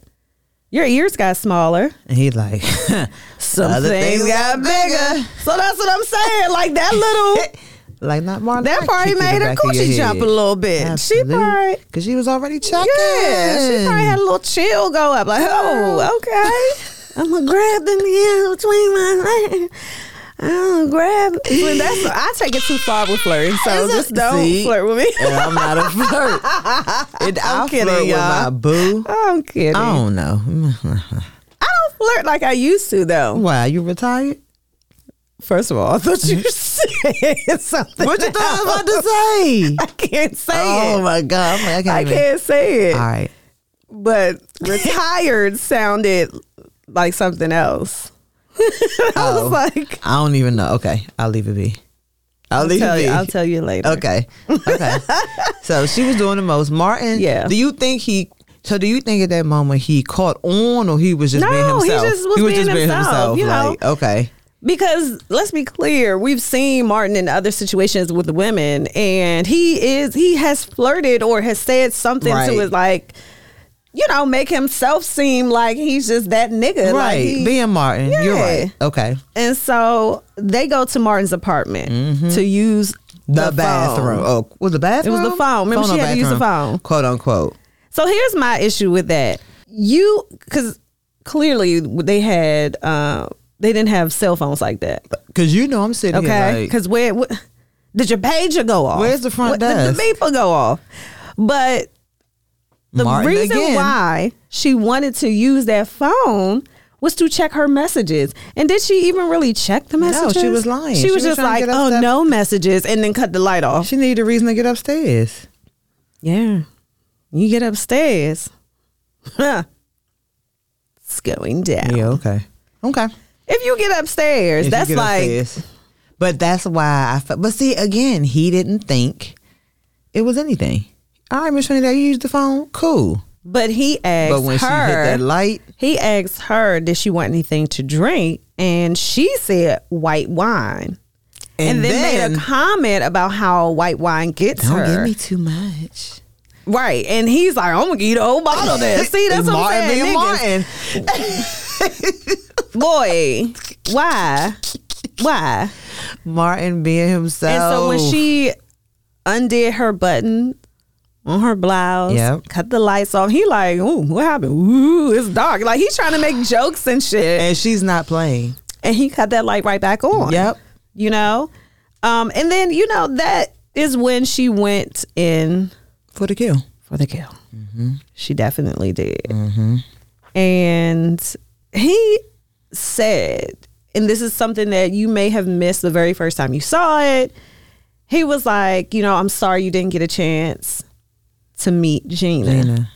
Speaker 1: "Your ears got smaller.
Speaker 2: and he's like,
Speaker 1: Some
Speaker 2: Other
Speaker 1: things
Speaker 2: things
Speaker 1: got
Speaker 2: got
Speaker 1: bigger."
Speaker 2: bigger.
Speaker 1: so that's what I'm saying. Like that little.
Speaker 2: like not Marla.
Speaker 1: That
Speaker 2: I
Speaker 1: probably
Speaker 2: kicked you the
Speaker 1: made her
Speaker 2: back of your
Speaker 1: coochie jump a
Speaker 2: head.
Speaker 1: little bit. She probably,
Speaker 2: because she was already checking.
Speaker 1: yeah, she probably had a little chill go up. Like, oh, okay, I'm gonna grab them here between my legs. I'm gonna grab. When that's, I take it too far with flirting, so
Speaker 2: Is it-
Speaker 1: just don't
Speaker 2: See?
Speaker 1: flirt with me.
Speaker 2: And I'm not a flirt. It, I'm
Speaker 1: kidding,
Speaker 2: flirt with
Speaker 1: y'all. Oh,
Speaker 2: my boo.
Speaker 1: I'm kidding.
Speaker 2: I don't know.
Speaker 1: I don't flirt like I used to, though.
Speaker 2: Why you retired?
Speaker 1: First of all, I thought you said something.
Speaker 2: What you thought I was about to say?
Speaker 1: I can't say
Speaker 2: oh
Speaker 1: it.
Speaker 2: my god! I'm like, I can't.
Speaker 1: I
Speaker 2: even.
Speaker 1: can't say it.
Speaker 2: All right.
Speaker 1: But retired sounded like something else. I was like,
Speaker 2: I don't even know. Okay, I'll leave it be. I'll, leave
Speaker 1: tell
Speaker 2: it be.
Speaker 1: you, I'll tell you later.
Speaker 2: Okay. Okay. so she was doing the most. Martin.
Speaker 1: Yeah.
Speaker 2: Do you think he? So do you think at that moment he caught on, or he was just
Speaker 1: No,
Speaker 2: being
Speaker 1: he
Speaker 2: himself?
Speaker 1: just was being himself, you know.
Speaker 2: like, okay.
Speaker 1: Because let's be clear, we've seen Martin in other situations with women, and he is he has flirted or has said something to
Speaker 2: Right.
Speaker 1: his like, you know, make himself seem like he's just that nigga. Like,
Speaker 2: Right.
Speaker 1: he-
Speaker 2: being Martin. You're
Speaker 1: Yeah.
Speaker 2: right. Okay.
Speaker 1: And so they go to Martin's apartment to use
Speaker 2: Mm-hmm. The,
Speaker 1: the,
Speaker 2: bathroom.
Speaker 1: phone.
Speaker 2: Oh, was the bathroom?
Speaker 1: the phone. Remember,
Speaker 2: or
Speaker 1: she had to use the phone.
Speaker 2: Quote unquote.
Speaker 1: So here's my issue with that. You, because clearly they had, uh, they didn't have cell phones like that.
Speaker 2: Because you know I'm sitting here
Speaker 1: Okay,
Speaker 2: like-
Speaker 1: because where, wh- did your pager go off?
Speaker 2: Where's the front
Speaker 1: What- did
Speaker 2: desk?
Speaker 1: The beeper go off, but the
Speaker 2: Martin
Speaker 1: reason
Speaker 2: again.
Speaker 1: why she wanted to use that phone was to check her messages. And did she even really check the
Speaker 2: she
Speaker 1: messages?
Speaker 2: was lying.
Speaker 1: She,
Speaker 2: She
Speaker 1: was,
Speaker 2: was
Speaker 1: just like,
Speaker 2: trying to get us
Speaker 1: "Oh,
Speaker 2: that-
Speaker 1: no messages," and then cut the light off.
Speaker 2: she needed a reason to get upstairs.
Speaker 1: yeah. You get upstairs. it's going down.
Speaker 2: Yeah, okay. Okay.
Speaker 1: If you get upstairs,
Speaker 2: If you
Speaker 1: that's
Speaker 2: get
Speaker 1: like
Speaker 2: upstairs. But that's why I felt. But see, again, he didn't think it was anything. All right, Miss Trinidad, you used the phone. Cool.
Speaker 1: but he asked
Speaker 2: But when
Speaker 1: her
Speaker 2: she hit that light,
Speaker 1: he asked her did she want anything to drink and she said white wine. And, then, made a comment about how white wine gets
Speaker 2: don't
Speaker 1: her.
Speaker 2: give me too much.
Speaker 1: Right. And he's like, I'm gonna give you the whole bottle there. See, that's
Speaker 2: It's
Speaker 1: what
Speaker 2: Martin
Speaker 1: I'm saying.
Speaker 2: being
Speaker 1: niggas.
Speaker 2: Martin.
Speaker 1: Boy, why? Why?
Speaker 2: Martin being himself.
Speaker 1: And so when she undid her button on her blouse,
Speaker 2: Yep.
Speaker 1: cut the lights off, he like, ooh, what happened? Ooh, it's dark. Like he's trying to make jokes and shit. And,
Speaker 2: and she's not playing.
Speaker 1: he cut that light right back on.
Speaker 2: Yep.
Speaker 1: You know? Um, and then, you know, that is when she went in
Speaker 2: For the kill.
Speaker 1: for the kill. She definitely did.
Speaker 2: Mm-hmm.
Speaker 1: And he said, and this is something that you may have missed the very first time you saw it. He was like, you know, I'm sorry you didn't get a chance to meet Gina,
Speaker 2: Gina.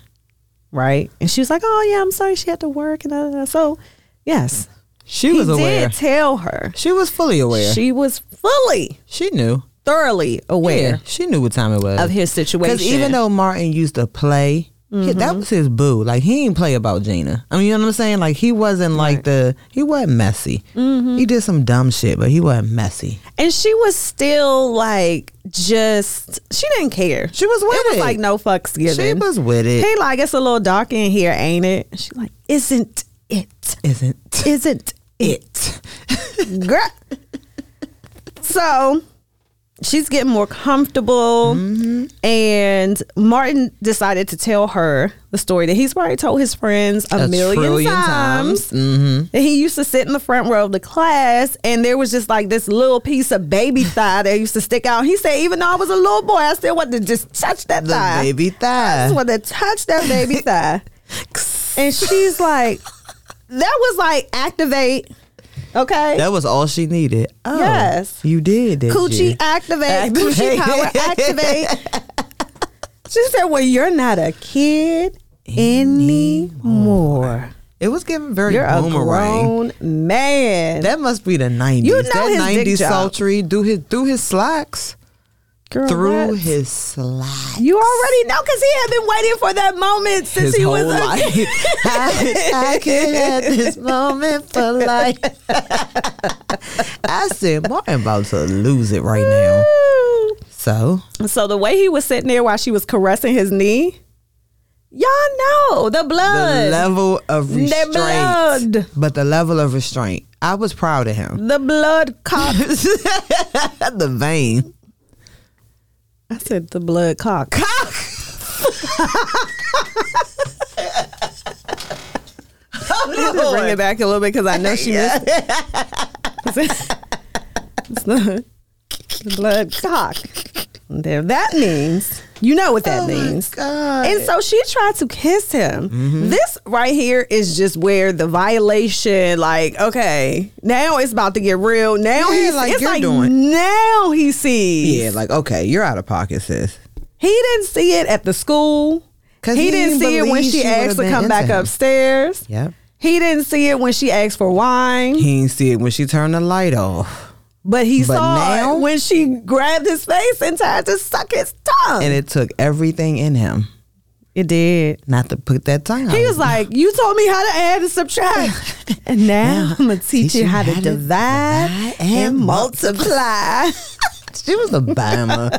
Speaker 1: right? And she was like, oh yeah, I'm sorry she had to work and da, da, da. so. Yes,
Speaker 2: She
Speaker 1: he
Speaker 2: was aware.
Speaker 1: did tell her.
Speaker 2: she was fully aware. She,
Speaker 1: She was fully,
Speaker 2: knew.
Speaker 1: thoroughly aware
Speaker 2: Yeah, she knew what time it was.
Speaker 1: of his situation. Mm-hmm.
Speaker 2: Because even though Martin used to play, he- that was his boo. Like he didn't play about Gina. I mean, you know what I'm saying? Like he wasn't like the he wasn't messy.
Speaker 1: Mm-hmm.
Speaker 2: He did some dumb shit, but he wasn't messy.
Speaker 1: And she was still like, just she didn't care.
Speaker 2: She was with
Speaker 1: it was
Speaker 2: it.
Speaker 1: like no fucks
Speaker 2: She
Speaker 1: given.
Speaker 2: was with it.
Speaker 1: He like it's a little dark in here, ain't it? And She like isn't it?
Speaker 2: Isn't
Speaker 1: Isn't
Speaker 2: it?
Speaker 1: girl? so she's getting more comfortable,
Speaker 2: Mm-hmm.
Speaker 1: and Martin decided to tell her the story that he's probably told his friends a,
Speaker 2: A
Speaker 1: million
Speaker 2: trillion
Speaker 1: times.
Speaker 2: times. Mm-hmm.
Speaker 1: And he used to sit in the front row of the class, and there was just like this little piece of baby thigh that used to stick out. He said, even though I was a little boy, I still wanted to just touch that
Speaker 2: The
Speaker 1: thigh.
Speaker 2: baby
Speaker 1: I
Speaker 2: thigh.
Speaker 1: just wanted to touch that baby thigh. and she's like, that was like activate, okay?
Speaker 2: That was all she needed. Oh,
Speaker 1: Yes.
Speaker 2: you did. didn't
Speaker 1: coochie
Speaker 2: you?
Speaker 1: activate,
Speaker 2: Activate.
Speaker 1: coochie power activate. she said, well, you're not a kid anymore.
Speaker 2: It was giving very
Speaker 1: You're a
Speaker 2: boomerang.
Speaker 1: grown man.
Speaker 2: That must be the nineties.
Speaker 1: You know
Speaker 2: that
Speaker 1: his dick job.
Speaker 2: sultry through his through his slacks.
Speaker 1: Girl,
Speaker 2: through
Speaker 1: what?
Speaker 2: his slacks.
Speaker 1: You already know because he had been waiting for that moment since
Speaker 2: his
Speaker 1: he
Speaker 2: whole
Speaker 1: was a
Speaker 2: life. I, I can have this moment for life. I said, Martin about to lose it right now. So
Speaker 1: So the way he was sitting there while she was caressing his knee, y'all know the
Speaker 2: the
Speaker 1: blood.
Speaker 2: level of
Speaker 1: The
Speaker 2: restraint,
Speaker 1: blood.
Speaker 2: but the level of restraint. I was proud of him.
Speaker 1: the blood cock.
Speaker 2: the vein.
Speaker 1: I said the blood cock. Cock. I had to bring it back a little bit because I know she missed it. It's the, the blood cock. There, that means you know what that means.
Speaker 2: God.
Speaker 1: And so she tried to kiss him.
Speaker 2: Mm-hmm.
Speaker 1: This right here is just where the violation, like, okay, now it's about to get real. Now
Speaker 2: Yeah,
Speaker 1: he's
Speaker 2: like
Speaker 1: it's
Speaker 2: you're
Speaker 1: like
Speaker 2: doing.
Speaker 1: now he sees.
Speaker 2: Yeah, like okay, you're out of pocket, sis.
Speaker 1: He didn't see it at the school.
Speaker 2: 'Cause
Speaker 1: he,
Speaker 2: he
Speaker 1: didn't
Speaker 2: didn't
Speaker 1: see it when
Speaker 2: believe
Speaker 1: she,
Speaker 2: she would've
Speaker 1: asked to
Speaker 2: been
Speaker 1: come back
Speaker 2: into him.
Speaker 1: upstairs.
Speaker 2: Yep.
Speaker 1: He didn't see it when she asked for wine,
Speaker 2: He didn't see it when she turned the light off,
Speaker 1: but he
Speaker 2: But
Speaker 1: saw
Speaker 2: now-
Speaker 1: it when she grabbed his face and tried to suck his tongue.
Speaker 2: and it took everything in him
Speaker 1: it did.
Speaker 2: not to put that tongue.
Speaker 1: He
Speaker 2: out.
Speaker 1: was like, "You told me how to add and subtract, and now I'm gonna teach you how to divide and multiply."
Speaker 2: She was a bama.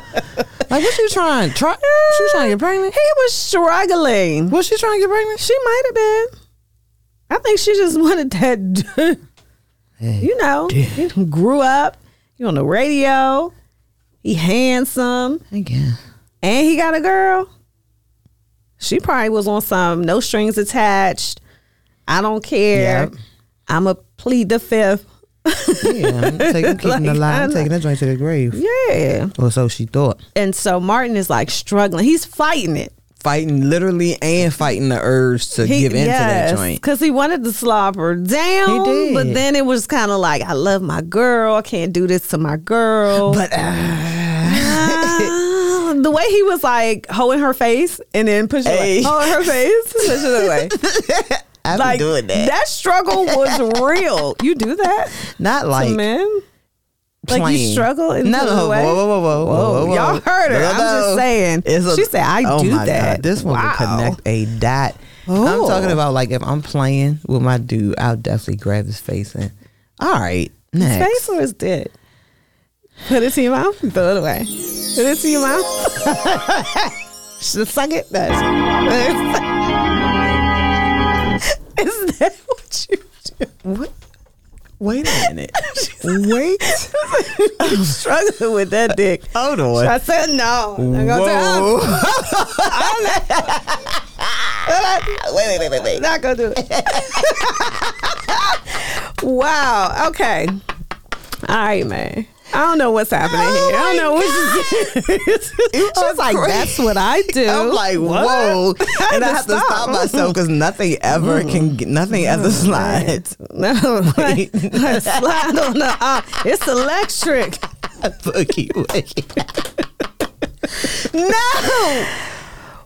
Speaker 2: like, what you trying? Try? She was trying to get pregnant?
Speaker 1: He was struggling.
Speaker 2: Was she trying to get pregnant?
Speaker 1: She might have been. I think she just wanted that. d- you know, he grew up. You on the radio. He handsome,
Speaker 2: Again.
Speaker 1: and he got a girl. She probably was on some no strings attached. I don't care.
Speaker 2: Yep.
Speaker 1: I'ma plead the fifth.
Speaker 2: Yeah, I'm taking, keeping the
Speaker 1: Like,
Speaker 2: lie.
Speaker 1: I
Speaker 2: I'm
Speaker 1: know.
Speaker 2: taking that joint to the grave.
Speaker 1: Yeah.
Speaker 2: Or so she thought.
Speaker 1: And so Martin is like struggling. He's fighting it.
Speaker 2: Fighting literally and fighting the urge to give in to that joint.
Speaker 1: Because he wanted to slop her down.
Speaker 2: He did.
Speaker 1: But then it was kind of like, I love my girl. I can't do this to my girl.
Speaker 2: But uh,
Speaker 1: Ah, the, the way he was like hoeing her face and then pushing
Speaker 2: Hey.
Speaker 1: away, hoeing her face, pushing away.
Speaker 2: I'm
Speaker 1: Like
Speaker 2: doing that.
Speaker 1: that struggle was real. You do that
Speaker 2: Not like
Speaker 1: to men? Like
Speaker 2: plain.
Speaker 1: you struggle in
Speaker 2: no,
Speaker 1: the
Speaker 2: whoa,
Speaker 1: way?
Speaker 2: whoa, whoa, whoa, whoa, whoa, whoa.
Speaker 1: Y'all heard her.
Speaker 2: No,
Speaker 1: I'm
Speaker 2: no.
Speaker 1: just saying.
Speaker 2: It's a-
Speaker 1: she said, "I
Speaker 2: oh
Speaker 1: do
Speaker 2: my
Speaker 1: that."
Speaker 2: God, this one
Speaker 1: Wow.
Speaker 2: will connect a dot.
Speaker 1: Oh.
Speaker 2: I'm talking about like if I'm playing with my dude, I'll definitely grab his face and. All right, next.
Speaker 1: Face or his dick? Put it to your mouth. Throw it away. Put it to your mouth. Just suck it. That's. Is that what you do?
Speaker 2: What? Wait a minute. Wait.
Speaker 1: I'm struggling with that dick.
Speaker 2: Hold
Speaker 1: So I
Speaker 2: on.
Speaker 1: said no. I'm gonna tell
Speaker 2: Whoa.
Speaker 1: wait, wait, wait, wait. Not gonna do it. wow. Okay. All right, man. I don't know what's happening here. I don't know what she's She's like,
Speaker 2: crazy.
Speaker 1: that's what I do.
Speaker 2: I'm like,
Speaker 1: What?
Speaker 2: whoa. And I
Speaker 1: to
Speaker 2: have to
Speaker 1: stop.
Speaker 2: stop myself because nothing ever can get, nothing ever slides.
Speaker 1: No, like, like slide on the. Uh, it's electric.
Speaker 2: Boogie woogie.
Speaker 1: No.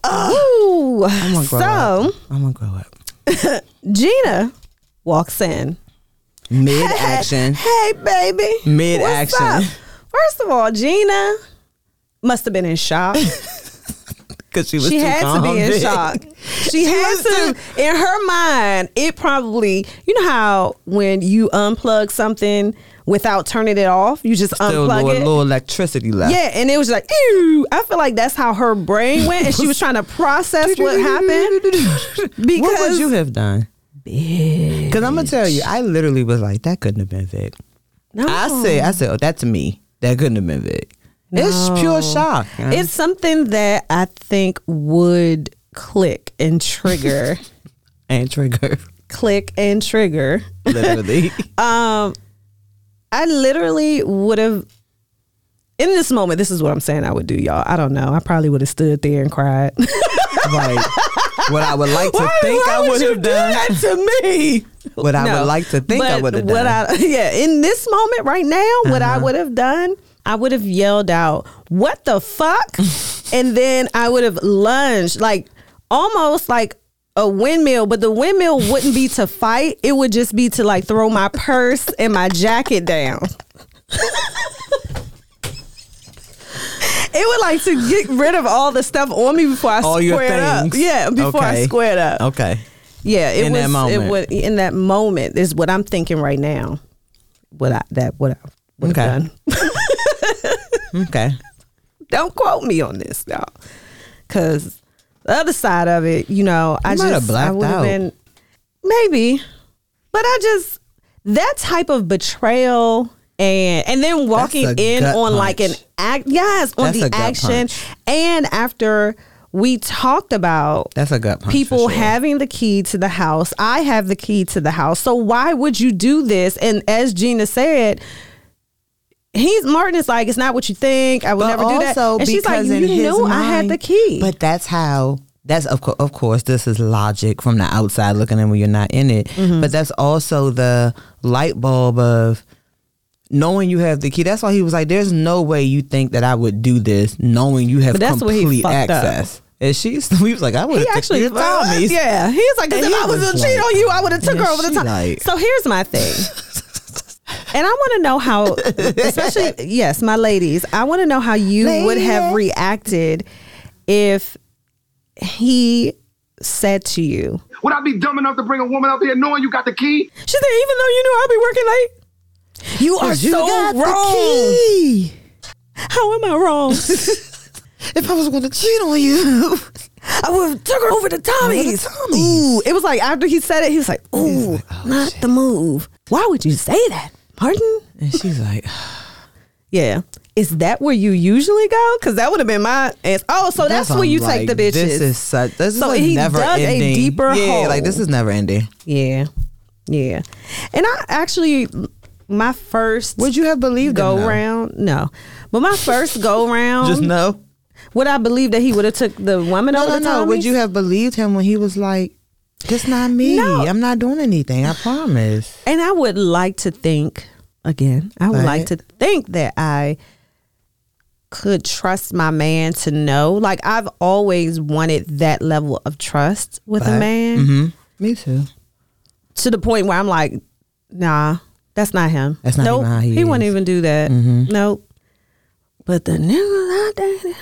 Speaker 1: Ooh.
Speaker 2: I'm gonna grow
Speaker 1: So
Speaker 2: up. I'm gonna grow up.
Speaker 1: Gina walks in.
Speaker 2: Mid action.
Speaker 1: Hey, baby.
Speaker 2: Mid-action.
Speaker 1: What's up? First of all, Gina must have been in shock.
Speaker 2: Because she was
Speaker 1: she
Speaker 2: too
Speaker 1: had to be in
Speaker 2: confident.
Speaker 1: shock. She
Speaker 2: was
Speaker 1: had to, in her mind, it probably, you know how when you unplug something without turning it off, you just
Speaker 2: Still
Speaker 1: unplug
Speaker 2: little,
Speaker 1: it.
Speaker 2: little electricity left.
Speaker 1: Yeah, and it was like, ew. I feel like that's how her brain went, and she was trying to process what happened. Because
Speaker 2: what would you have done? Because I'm gonna tell you, I literally was like, that couldn't have been Vic.
Speaker 1: No.
Speaker 2: I said, I said, oh, that's me. That couldn't have been Vic. It's pure shock.
Speaker 1: It's something that I think would click and trigger,
Speaker 2: and trigger,
Speaker 1: click and trigger.
Speaker 2: literally.
Speaker 1: I literally would have. In this moment, this is what I'm saying I would do, y'all. I don't know. I probably would have stood there and cried.
Speaker 2: like what I would like to think
Speaker 1: why
Speaker 2: I would
Speaker 1: you
Speaker 2: have
Speaker 1: do
Speaker 2: done.
Speaker 1: that to me.
Speaker 2: What I
Speaker 1: No.
Speaker 2: would like to think I
Speaker 1: But
Speaker 2: would have
Speaker 1: what
Speaker 2: done. Uh-huh.
Speaker 1: I- yeah, in this moment right now, what I would have done, I would have yelled out, "What the fuck!" and then I would have lunged, like almost like a windmill. But the windmill wouldn't be to fight; it would just be to like throw my purse and my jacket down. It would like to get rid of all the stuff on me before I
Speaker 2: All your
Speaker 1: squared up.
Speaker 2: things.
Speaker 1: Yeah, before I
Speaker 2: Okay.
Speaker 1: squared up.
Speaker 2: okay.
Speaker 1: Yeah, it
Speaker 2: In
Speaker 1: was.
Speaker 2: that
Speaker 1: It
Speaker 2: moment.
Speaker 1: was in that moment is what I'm thinking right now. What I that what I would
Speaker 2: Okay.
Speaker 1: have done.
Speaker 2: Okay.
Speaker 1: Don't quote me on this now, because the other side of it, you know, I
Speaker 2: You might
Speaker 1: just
Speaker 2: have blacked
Speaker 1: I would have
Speaker 2: out.
Speaker 1: been maybe, but I just that type of betrayal and and then walking
Speaker 2: a
Speaker 1: in on
Speaker 2: gut
Speaker 1: like an
Speaker 2: punch.
Speaker 1: act, yes, on
Speaker 2: That's
Speaker 1: the
Speaker 2: a gut
Speaker 1: action,
Speaker 2: punch.
Speaker 1: and after we talked about
Speaker 2: That's a gut punch. for
Speaker 1: people
Speaker 2: sure.
Speaker 1: having the key to the house. I have the key to the house. So why would you do this? And as Gina said, he's Martin is like, it's not what you think. I would never do that.
Speaker 2: also
Speaker 1: And she's like,
Speaker 2: because in
Speaker 1: you
Speaker 2: his
Speaker 1: knew I had
Speaker 2: mind-
Speaker 1: the key.
Speaker 2: But that's how. That's of, co- of course. This is logic from the outside looking in when you're not in it.
Speaker 1: Mm-hmm.
Speaker 2: But that's also the light bulb of knowing you have the key. That's why he was like, "There's no way you think that I would do this, knowing you have
Speaker 1: But that's where he
Speaker 2: complete
Speaker 1: fucked up.
Speaker 2: access." And she, he was like, "I would."
Speaker 1: he actually
Speaker 2: told
Speaker 1: found
Speaker 2: me.
Speaker 1: Yeah, he's like, 'Cause
Speaker 2: And
Speaker 1: if
Speaker 2: he
Speaker 1: I was,
Speaker 2: was
Speaker 1: gonna cheat
Speaker 2: like-
Speaker 1: on you, I would have took
Speaker 2: Yeah,
Speaker 1: her over the
Speaker 2: she
Speaker 1: top.
Speaker 2: like-
Speaker 1: so here's my thing, and I want to know how, especially yes, my ladies, I want to know how you would have reacted if he said to you,
Speaker 7: Would I be dumb enough to bring a woman up here knowing you got the key?
Speaker 1: She said, even though you knew I'd be working late, you are
Speaker 2: You
Speaker 1: so
Speaker 2: got
Speaker 1: wrong.
Speaker 2: the key.
Speaker 1: How am I wrong?
Speaker 2: If I was going to cheat on you,
Speaker 1: I would have took her over to Tommy's.
Speaker 2: Tommy's.
Speaker 1: Ooh, it was like after he said it, he was like, oh, ooh, not the move. Why would you say that, Martin?
Speaker 2: and she's like,
Speaker 1: Yeah. Is that where you usually go? Because that would have been my answer. Oh, so that's,
Speaker 2: why
Speaker 1: where
Speaker 2: I'm
Speaker 1: you
Speaker 2: like,
Speaker 1: take the bitches.
Speaker 2: This is such. This
Speaker 1: So
Speaker 2: is like
Speaker 1: he
Speaker 2: never
Speaker 1: dug a
Speaker 2: ending.
Speaker 1: deeper
Speaker 2: yeah,
Speaker 1: hole.
Speaker 2: like this is never ending.
Speaker 1: yeah, yeah. And I actually, my first
Speaker 2: Would you have believed him,
Speaker 1: go
Speaker 2: though?
Speaker 1: round? No, but my first go round.
Speaker 2: Just no.
Speaker 1: Would I believe that he would have took the woman
Speaker 2: No,
Speaker 1: over the
Speaker 2: no, no. Would
Speaker 1: Tommy's?
Speaker 2: you have believed him when he was like, "It's not me.
Speaker 1: No.
Speaker 2: I'm not doing anything. I promise."
Speaker 1: And I would like to think again. I would like
Speaker 2: Right.
Speaker 1: to think that I could trust my man to know. Like I've always wanted that level of trust with a
Speaker 2: But-
Speaker 1: man
Speaker 2: Me too.
Speaker 1: to the point where I'm like, nah, that's not him.
Speaker 2: That's not
Speaker 1: nope,
Speaker 2: even how he
Speaker 1: He wouldn't
Speaker 2: is. Mm-hmm.
Speaker 1: even do that. Nope. But the niggas I dated,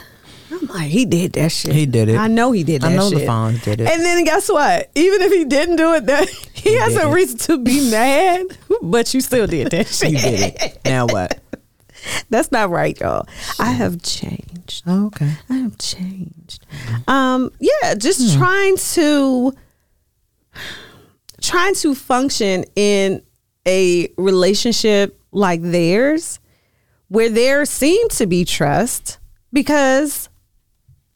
Speaker 1: I'm like, he did that shit.
Speaker 2: He did it.
Speaker 1: I know he did that
Speaker 2: I know
Speaker 1: shit.
Speaker 2: the Fonz did it.
Speaker 1: And then guess what? Even if he didn't do it, that he, has
Speaker 2: did
Speaker 1: a
Speaker 2: it.
Speaker 1: reason to be mad. But you still did that shit.
Speaker 2: you did it. Now what?
Speaker 1: That's not right, y'all. I have changed.
Speaker 2: Oh, okay.
Speaker 1: I have changed. Um, yeah, just
Speaker 2: Mm.
Speaker 1: trying to trying to function in a relationship like theirs, where there seemed to be trust because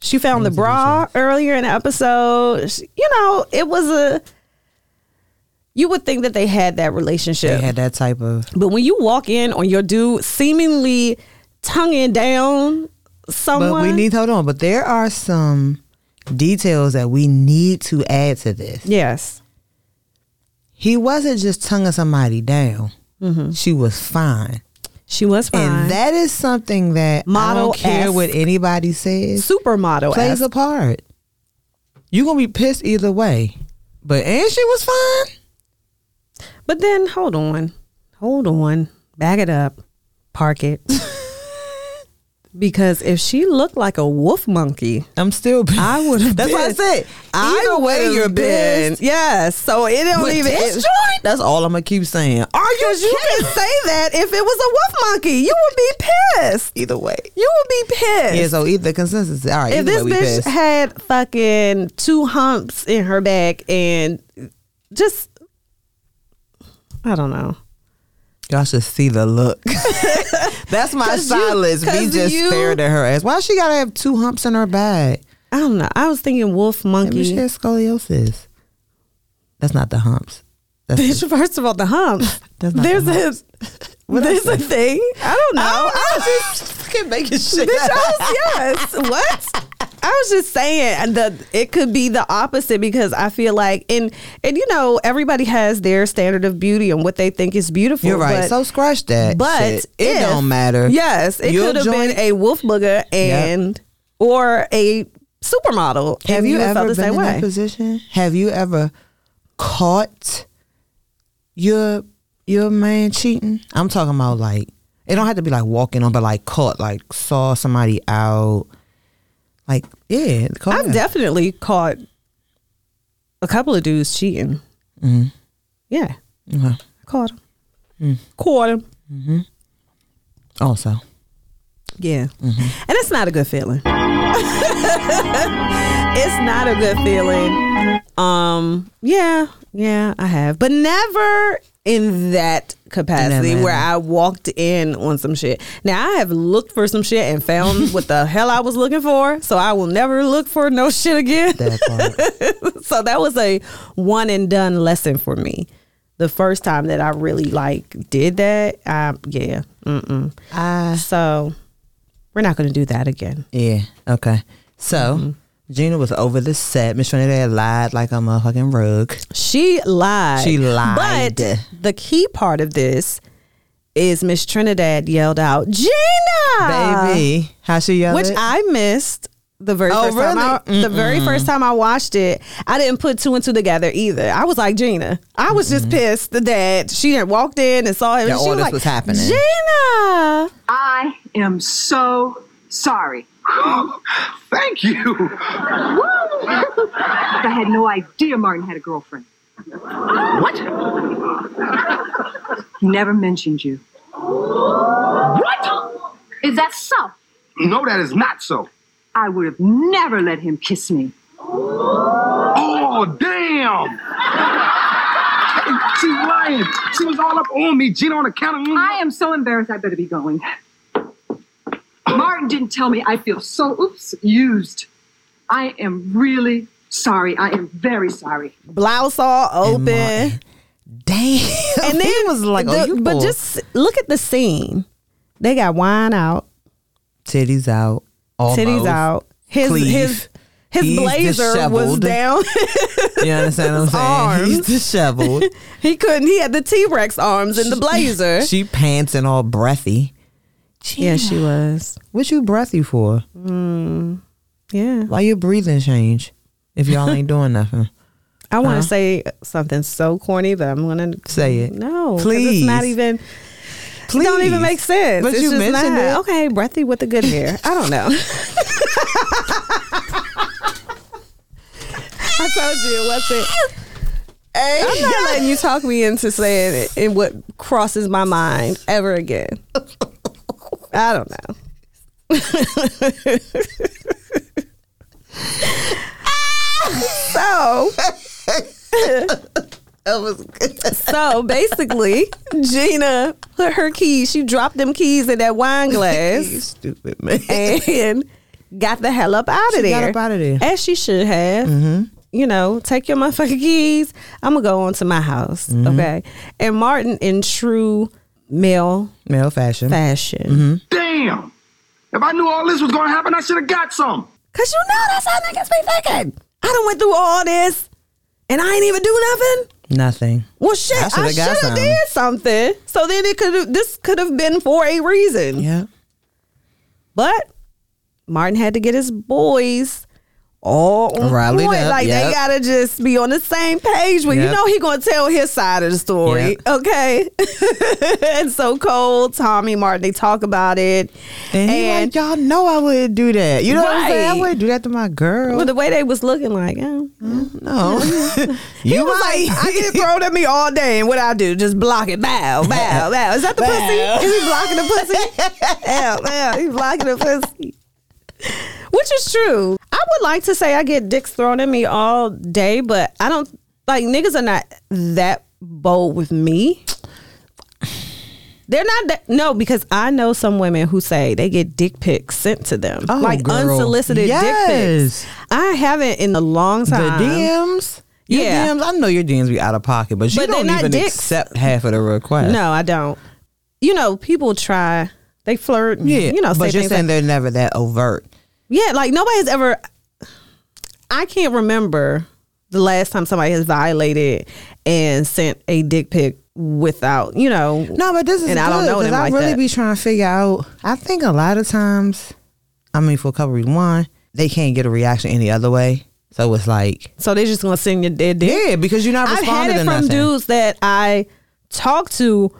Speaker 1: she found the bra earlier in the episode. She- You know, it was a. You would think that they had that relationship.
Speaker 2: They had that type of
Speaker 1: But when you walk in on your dude seemingly tonguing down someone,
Speaker 2: But we need hold on. But there are some details that we need to add to this.
Speaker 1: yes,
Speaker 2: He wasn't just tonguing somebody down. She was fine.
Speaker 1: she was fine.
Speaker 2: And that is something that I don't care
Speaker 1: Model-esque.
Speaker 2: what anybody says.
Speaker 1: supermodel
Speaker 2: plays
Speaker 1: ass.
Speaker 2: a part. you gonna be pissed either way. But and she was fine.
Speaker 1: But then hold on, hold on, back it up, park it, because if she looked like a wolf monkey,
Speaker 2: I'm still pissed.
Speaker 1: I would have.
Speaker 2: That's what I said.
Speaker 1: Either way, you're
Speaker 2: been.
Speaker 1: pissed. Yes, so it don't
Speaker 2: With
Speaker 1: even.
Speaker 2: this
Speaker 1: it-
Speaker 2: joint? That's all I'm gonna keep saying.
Speaker 1: Are you you can say that if it was a wolf monkey, you would be pissed.
Speaker 2: Either way.
Speaker 1: You would be pissed.
Speaker 2: Yeah, so either consensus. All right,
Speaker 1: if
Speaker 2: either
Speaker 1: this
Speaker 2: way, we
Speaker 1: bitch
Speaker 2: pissed.
Speaker 1: had fucking two humps in her back and just I don't know.
Speaker 2: Y'all should see the look. That's my
Speaker 1: 'Cause you-
Speaker 2: stylist. We
Speaker 1: 'cause
Speaker 2: just
Speaker 1: you-
Speaker 2: stared at her ass. Why she gotta have two humps in her back?
Speaker 1: I don't know. I was thinking wolf
Speaker 2: Maybe she
Speaker 1: monkey.
Speaker 2: has scoliosis. That's not the humps. That's the-
Speaker 1: Bitch, first of all, the hump.
Speaker 2: That's not
Speaker 1: There's
Speaker 2: the
Speaker 1: a there's a thing. I don't know. I was just
Speaker 2: fucking making shit.
Speaker 1: bitch, I was, yes. What? I was just saying and the it could be the opposite because I feel like and and you know everybody has their standard of beauty and what they think is beautiful.
Speaker 2: You're right.
Speaker 1: but-
Speaker 2: so scratch that.
Speaker 1: But
Speaker 2: shit. it
Speaker 1: if-
Speaker 2: don't matter.
Speaker 1: Yes, it
Speaker 2: Your
Speaker 1: could have
Speaker 2: joint-
Speaker 1: been a wolf booger and or a supermodel. and
Speaker 2: Have you,
Speaker 1: would have
Speaker 2: ever
Speaker 1: felt the
Speaker 2: been
Speaker 1: same
Speaker 2: in
Speaker 1: way?
Speaker 2: that position? Have you ever caught your your man cheating? I'm talking about like it don't have to be like walking on, but like caught, like saw somebody out. Like yeah, caught
Speaker 1: I've
Speaker 2: him.
Speaker 1: definitely caught a couple of dudes cheating. Yeah,
Speaker 2: Mm-hmm. Okay. Mm.
Speaker 1: I caught him. Caught him.
Speaker 2: also.
Speaker 1: Yeah,
Speaker 2: Mm-hmm.
Speaker 1: and it's not a good feeling. it's not a good feeling. Um, yeah, yeah, I have, but never in that capacity
Speaker 2: Never,
Speaker 1: where
Speaker 2: never.
Speaker 1: I walked in on some shit. Now I have looked for some shit and found what the hell I was looking for, so I will never look for no shit again.
Speaker 2: That part.
Speaker 1: so that was a one and done lesson for me. The first time that I really like did that, um, yeah, mm-mm.
Speaker 2: I
Speaker 1: So we're not going to do that again.
Speaker 2: Yeah. Okay. So Gina was over the set. Miss Trinidad lied like a motherfucking rug.
Speaker 1: She lied.
Speaker 2: She lied.
Speaker 1: But the key part of this is Miss Trinidad yelled out, Gina!
Speaker 2: Baby, how she yell
Speaker 1: Which
Speaker 2: it?
Speaker 1: I missed. The very
Speaker 2: Oh,
Speaker 1: first time I,
Speaker 2: really?
Speaker 1: the very first time I watched it, I didn't put two and two together either. I was like Gina. I was just pissed that she didn't walked in and saw him.
Speaker 2: That
Speaker 1: and she
Speaker 2: all
Speaker 1: was
Speaker 2: this
Speaker 1: like,
Speaker 2: was happening.
Speaker 1: Gina.
Speaker 6: I am so sorry.
Speaker 7: Thank you.
Speaker 6: I had no idea Martin had a girlfriend.
Speaker 7: What?
Speaker 6: He never mentioned you.
Speaker 7: What?
Speaker 8: Is that so?
Speaker 7: No, that is not so.
Speaker 6: I would have never let him kiss me.
Speaker 7: Oh, damn. She's lying. She was all up on me. Gina on the counter.
Speaker 6: I am so embarrassed. I better be going. Martin didn't tell me. I feel so oops used. I am really sorry. I am very sorry.
Speaker 1: Blouse all open.
Speaker 2: Martin. Damn. And
Speaker 1: then
Speaker 2: he was like, oh,
Speaker 1: the-
Speaker 2: you
Speaker 1: but
Speaker 2: pull
Speaker 1: just look at the scene. They got wine out,
Speaker 2: titties out, almost.
Speaker 1: titties out. His
Speaker 2: Cleave.
Speaker 1: his his
Speaker 2: He's
Speaker 1: blazer was
Speaker 2: disheveled.
Speaker 1: down.
Speaker 2: You understand what I'm saying?
Speaker 1: Arms.
Speaker 2: He's disheveled.
Speaker 1: he couldn't. He had the T Rex arms in the blazer.
Speaker 2: she pants and all breathy.
Speaker 1: Yeah, she was.
Speaker 2: What you breathy for?
Speaker 1: Yeah.
Speaker 2: Why your breathing change if y'all ain't doing nothing?
Speaker 1: I want to
Speaker 2: Huh?
Speaker 1: say something so corny, but I'm gonna
Speaker 2: Say it.
Speaker 1: No, 'cause
Speaker 2: Please.
Speaker 1: It's not even.
Speaker 2: Please.
Speaker 1: It don't even make sense.
Speaker 2: But
Speaker 1: It's
Speaker 2: you
Speaker 1: just
Speaker 2: mentioned
Speaker 1: not.
Speaker 2: it.
Speaker 1: Okay, breathy with the good hair. I don't know. I told you it wasn't. I'm not letting you talk me into saying it in what crosses my mind ever again. I don't know. so so basically, Gina put her keys, she dropped them keys in that wine
Speaker 2: You
Speaker 1: glass
Speaker 2: stupid man.
Speaker 1: and got the hell up out of
Speaker 2: She
Speaker 1: there.
Speaker 2: got up outta there. Mm-hmm.
Speaker 1: As she should have. You know, take your motherfucking keys. I'm going to go on to my house.
Speaker 2: Mm-hmm.
Speaker 1: Okay. And Martin, in true male
Speaker 2: Male fashion.
Speaker 1: fashion,
Speaker 2: Mm-hmm.
Speaker 7: Damn! If I knew all this was gonna happen, I should have got some.
Speaker 1: Cause you know that's how niggas be thinking. I done went through all this and I ain't even do nothing.
Speaker 2: Nothing.
Speaker 1: Well shit,
Speaker 2: I shoulda
Speaker 1: I should
Speaker 2: got
Speaker 1: have
Speaker 2: some.
Speaker 1: did something. So then it could this could have been for a reason.
Speaker 2: Yeah.
Speaker 1: But Martin had to get his boys all on
Speaker 2: Rallied
Speaker 1: point.
Speaker 2: up,
Speaker 1: like they
Speaker 2: yep.
Speaker 1: gotta just be on the same page when you
Speaker 2: Yep.
Speaker 1: know he gonna tell his side of the story.
Speaker 2: Yep.
Speaker 1: Okay. and so Cole, Tommy, Martin, they talk about it.
Speaker 2: And, he like, y'all know I wouldn't do that. You know what I'm saying? I
Speaker 1: Right.
Speaker 2: wouldn't do that to my girl.
Speaker 1: well, the way they was looking like, oh,
Speaker 2: no. you
Speaker 1: was
Speaker 2: might.
Speaker 1: like, I get thrown at me all day, and what I do? Just block it. Bow, bow, bow. Is that the pussy? Is he blocking the pussy? Ow, ow, he blocking the pussy. Which is true. I would like to say I get dicks thrown at me all day, but I don't like niggas are not that bold with me. They're not that no, because I know some women who say they get dick pics sent to them.
Speaker 2: Oh,
Speaker 1: like
Speaker 2: girl.
Speaker 1: unsolicited
Speaker 2: Yes.
Speaker 1: dick pics. I haven't in a long
Speaker 2: the
Speaker 1: time.
Speaker 2: DMs. Your
Speaker 1: Yeah.
Speaker 2: DMs. I know your DMs be out of pocket, but you
Speaker 1: But they
Speaker 2: don't
Speaker 1: not
Speaker 2: even
Speaker 1: dicks.
Speaker 2: accept half of the requests.
Speaker 1: No, I don't. You know, people try. They flirt. and,
Speaker 2: Yeah.
Speaker 1: you know,
Speaker 2: but
Speaker 1: say
Speaker 2: you're
Speaker 1: things
Speaker 2: saying
Speaker 1: like,
Speaker 2: they're never that overt.
Speaker 1: yeah, like nobody's ever. I can't remember the last time somebody has violated and sent a dick pic without, you know.
Speaker 2: No, but this is
Speaker 1: And
Speaker 2: good,
Speaker 1: I don't know
Speaker 2: 'cause
Speaker 1: them
Speaker 2: I
Speaker 1: like
Speaker 2: really
Speaker 1: that.
Speaker 2: be trying to figure out. I think a lot of times, I mean, for a couple reasons, one, they can't get a reaction any other way, so it's like,
Speaker 1: So they're just gonna send you their dick.
Speaker 2: yeah, because you're not
Speaker 1: I've had
Speaker 2: responding
Speaker 1: it
Speaker 2: to
Speaker 1: from
Speaker 2: nothing.
Speaker 1: dudes that I talked to,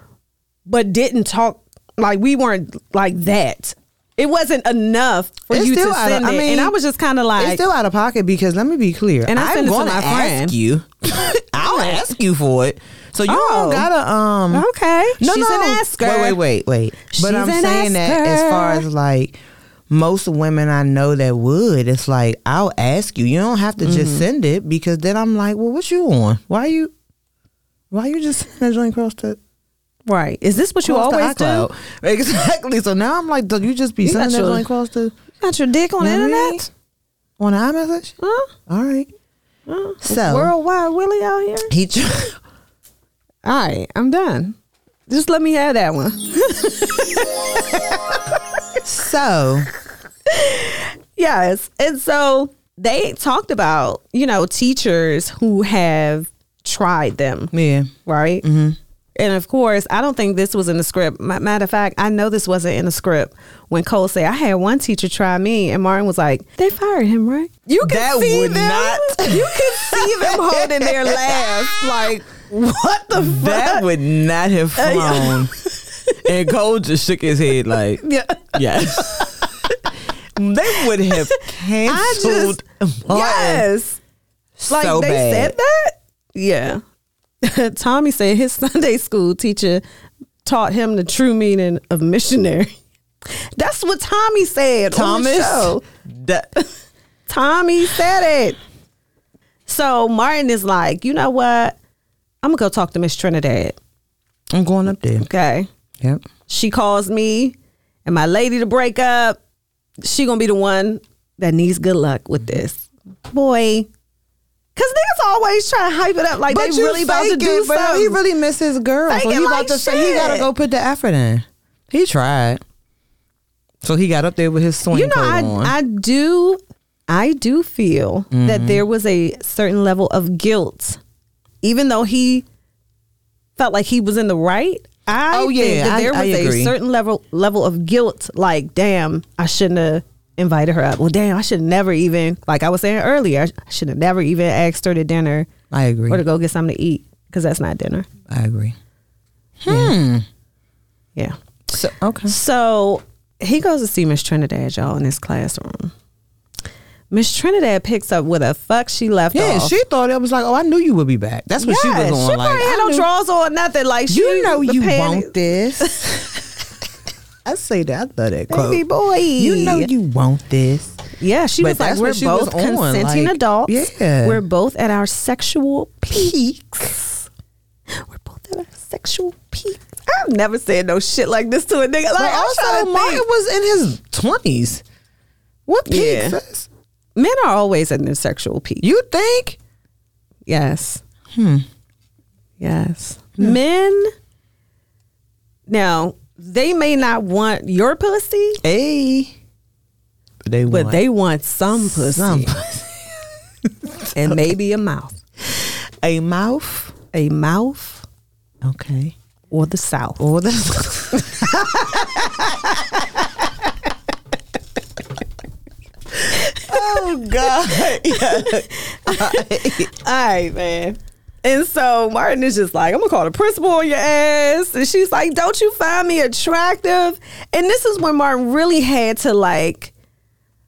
Speaker 1: but didn't talk. Like we weren't like that. It wasn't enough for
Speaker 2: It's
Speaker 1: you to
Speaker 2: still out of-
Speaker 1: send
Speaker 2: I
Speaker 1: it,
Speaker 2: mean,
Speaker 1: and I was just kind of like,
Speaker 2: it's still out of pocket because let me be clear.
Speaker 1: And I
Speaker 2: I'm
Speaker 1: send it to
Speaker 2: gonna
Speaker 1: my
Speaker 2: ask
Speaker 1: friend.
Speaker 2: you. I'll ask you for it. So you
Speaker 1: Oh.
Speaker 2: don't gotta um.
Speaker 1: okay,
Speaker 2: No,
Speaker 1: she's
Speaker 2: no.
Speaker 1: an asker.
Speaker 2: Wait, wait, wait, wait.
Speaker 1: She's
Speaker 2: but I'm
Speaker 1: an
Speaker 2: saying that as
Speaker 1: asker.
Speaker 2: far as like most women I know that would, it's like I'll ask you. You don't have to
Speaker 1: Mm-hmm.
Speaker 2: just send it because then I'm like, well, what you on? Why you? Why you just sending that joint across the?
Speaker 1: Right. Is this what you
Speaker 2: across the
Speaker 1: always do?
Speaker 2: iCloud? Exactly. So now I'm like, do you just be
Speaker 1: got
Speaker 2: sending that
Speaker 1: your-
Speaker 2: joint across the
Speaker 1: Got your dick on the
Speaker 2: You know what I mean?
Speaker 1: internet?
Speaker 2: on the iMessage?
Speaker 1: Huh?
Speaker 2: All right. So
Speaker 1: Worldwide Willie out here?
Speaker 2: he. Tr-
Speaker 1: All right, I'm done. Just let me have that one.
Speaker 2: So
Speaker 1: Yes. And so they talked about, you know, teachers who have tried them,
Speaker 2: yeah,
Speaker 1: right? Mm-hmm. And of course, I don't think this was in the script. Ma- Matter of fact, I know this wasn't in the script when Cole said, I had one teacher try me, and Martin was like, They fired him, right? You can
Speaker 2: That
Speaker 1: see
Speaker 2: would
Speaker 1: them.
Speaker 2: not-
Speaker 1: You can see them holding their laugh. Like, what the fuck?
Speaker 2: that would not have flown. and Cole just shook his head like,
Speaker 1: Yeah.
Speaker 2: yes. they would
Speaker 1: I
Speaker 2: have
Speaker 1: just
Speaker 2: canceled Martin
Speaker 1: yes, like
Speaker 2: Oh, so
Speaker 1: they
Speaker 2: bad.
Speaker 1: said that. Yeah, Tommy said his Sunday school teacher taught him the true meaning of missionary. That's what Tommy said. on the
Speaker 2: Thomas,
Speaker 1: show.
Speaker 2: that-
Speaker 1: Tommy said it. So Martin is like, you know what? I'm gonna go talk to Miss Trinidad.
Speaker 2: I'm going up there.
Speaker 1: Okay,
Speaker 2: Yep.
Speaker 1: she calls me and my lady to break up. She gonna be the one that needs good luck with this boy. Cause niggas always try to hype it up like they
Speaker 2: you
Speaker 1: really about to
Speaker 2: fake
Speaker 1: do
Speaker 2: it, but
Speaker 1: something.
Speaker 2: He really missed his girl.
Speaker 1: Fake
Speaker 2: So
Speaker 1: it
Speaker 2: he
Speaker 1: like
Speaker 2: about to say he gotta
Speaker 1: shit.
Speaker 2: go put the effort in. He tried. So he got up there with his swing
Speaker 1: you know,
Speaker 2: coat
Speaker 1: I
Speaker 2: on.
Speaker 1: I do I do feel
Speaker 2: Mm-hmm.
Speaker 1: that there was a certain level of guilt, even though he felt like he was in the right. I
Speaker 2: Oh, yeah,
Speaker 1: think that
Speaker 2: I-
Speaker 1: there was
Speaker 2: I
Speaker 1: a
Speaker 2: agree.
Speaker 1: certain level level of guilt. Like, damn, I shouldn't have invited her up. Well, damn, I should never even. Like I was saying earlier, I should have never even asked her to dinner
Speaker 2: I agree.
Speaker 1: or to go get something to eat because that's not dinner.
Speaker 2: I agree.
Speaker 1: Yeah.
Speaker 2: So okay.
Speaker 1: So he goes to see Miss Trinidad, y'all, in his classroom. Miss Trinidad picks up with a fuck she left
Speaker 2: Yeah,
Speaker 1: off.
Speaker 2: she thought it was like, oh, I knew you would be back. That's what she
Speaker 1: Yeah,
Speaker 2: was on.
Speaker 1: She
Speaker 2: like,
Speaker 1: probably
Speaker 2: I
Speaker 1: had no
Speaker 2: knew-
Speaker 1: drawers on, nothing. Like she,
Speaker 2: You know
Speaker 1: the
Speaker 2: you
Speaker 1: panties-
Speaker 2: want this. I say that. I love that quote.
Speaker 1: Baby boy.
Speaker 2: You know you want this.
Speaker 1: Yeah, she
Speaker 2: But
Speaker 1: was like,
Speaker 2: that's
Speaker 1: we're
Speaker 2: what she was
Speaker 1: both
Speaker 2: on,
Speaker 1: consenting
Speaker 2: like,
Speaker 1: adults.
Speaker 2: yeah.
Speaker 1: We're both at our sexual peaks. We're both at our sexual peaks. I've never said no shit like this to a nigga. Like,
Speaker 2: But
Speaker 1: I'm trying
Speaker 2: also,
Speaker 1: to
Speaker 2: Martin
Speaker 1: think.
Speaker 2: was in his twenties. What peak?
Speaker 1: Yeah.
Speaker 2: sis?
Speaker 1: men are always at their sexual peak.
Speaker 2: You think?
Speaker 1: Yes. Hmm. Yes. Men. Now they may not want your pussy,
Speaker 2: Hey. They
Speaker 1: but
Speaker 2: want
Speaker 1: they want some pussy
Speaker 2: some
Speaker 1: and maybe a mouth,
Speaker 2: a mouth.
Speaker 1: a mouth
Speaker 2: Okay.
Speaker 1: or the south.
Speaker 2: Or the Oh God.
Speaker 1: All right, man. And so Martin is just like, I'm gonna call the principal on your ass. And she's like, Don't you find me attractive? And this is when Martin really had to like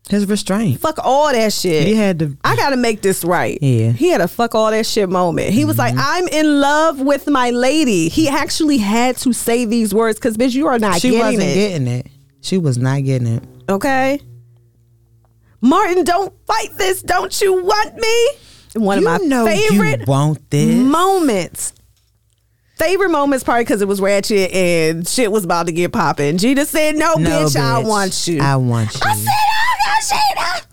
Speaker 2: His restraint.
Speaker 1: fuck all that shit.
Speaker 2: He had to
Speaker 1: I gotta make this right.
Speaker 2: Yeah.
Speaker 1: He had a fuck all that shit moment. He was like, I'm in love with my lady. He actually had to say these words because bitch, you are not
Speaker 2: she
Speaker 1: getting
Speaker 2: wasn't
Speaker 1: it.
Speaker 2: getting it. She was not getting it.
Speaker 1: okay? Martin, don't fight this. Don't you want me? One
Speaker 2: you
Speaker 1: of my
Speaker 2: know
Speaker 1: favorite
Speaker 2: you want this.
Speaker 1: moments. Favorite moments probably because it was ratchet and shit was about to get popping. Gina said, "No,
Speaker 2: No,
Speaker 1: bitch, I
Speaker 2: bitch.
Speaker 1: want you."
Speaker 2: I want you.
Speaker 1: I said, "Oh no, Gina."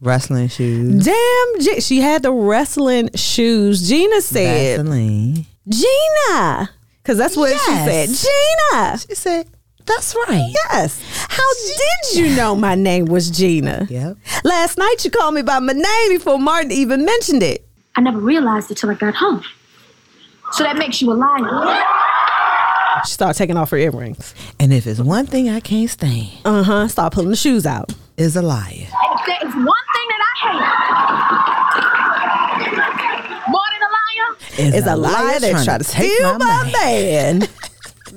Speaker 2: Wrestling shoes.
Speaker 1: Damn, G- she had the wrestling shoes. Gina said,
Speaker 2: Vaseline.
Speaker 1: "Gina," because that's what she
Speaker 2: Yes.
Speaker 1: said. Gina.
Speaker 2: She said, "That's right."
Speaker 1: Yes. How did you know my name was Gina?
Speaker 2: Yep.
Speaker 1: Last night you called me by my name before Martin even mentioned it.
Speaker 8: I never realized it till I got home. So that makes you a liar.
Speaker 1: She started taking off her earrings.
Speaker 2: And if it's one thing I can't stand,
Speaker 1: Uh huh. Start pulling the shoes out.
Speaker 2: is a liar.
Speaker 8: If there is one thing that I hate more than a liar,
Speaker 1: Is a liar that try to steal my man.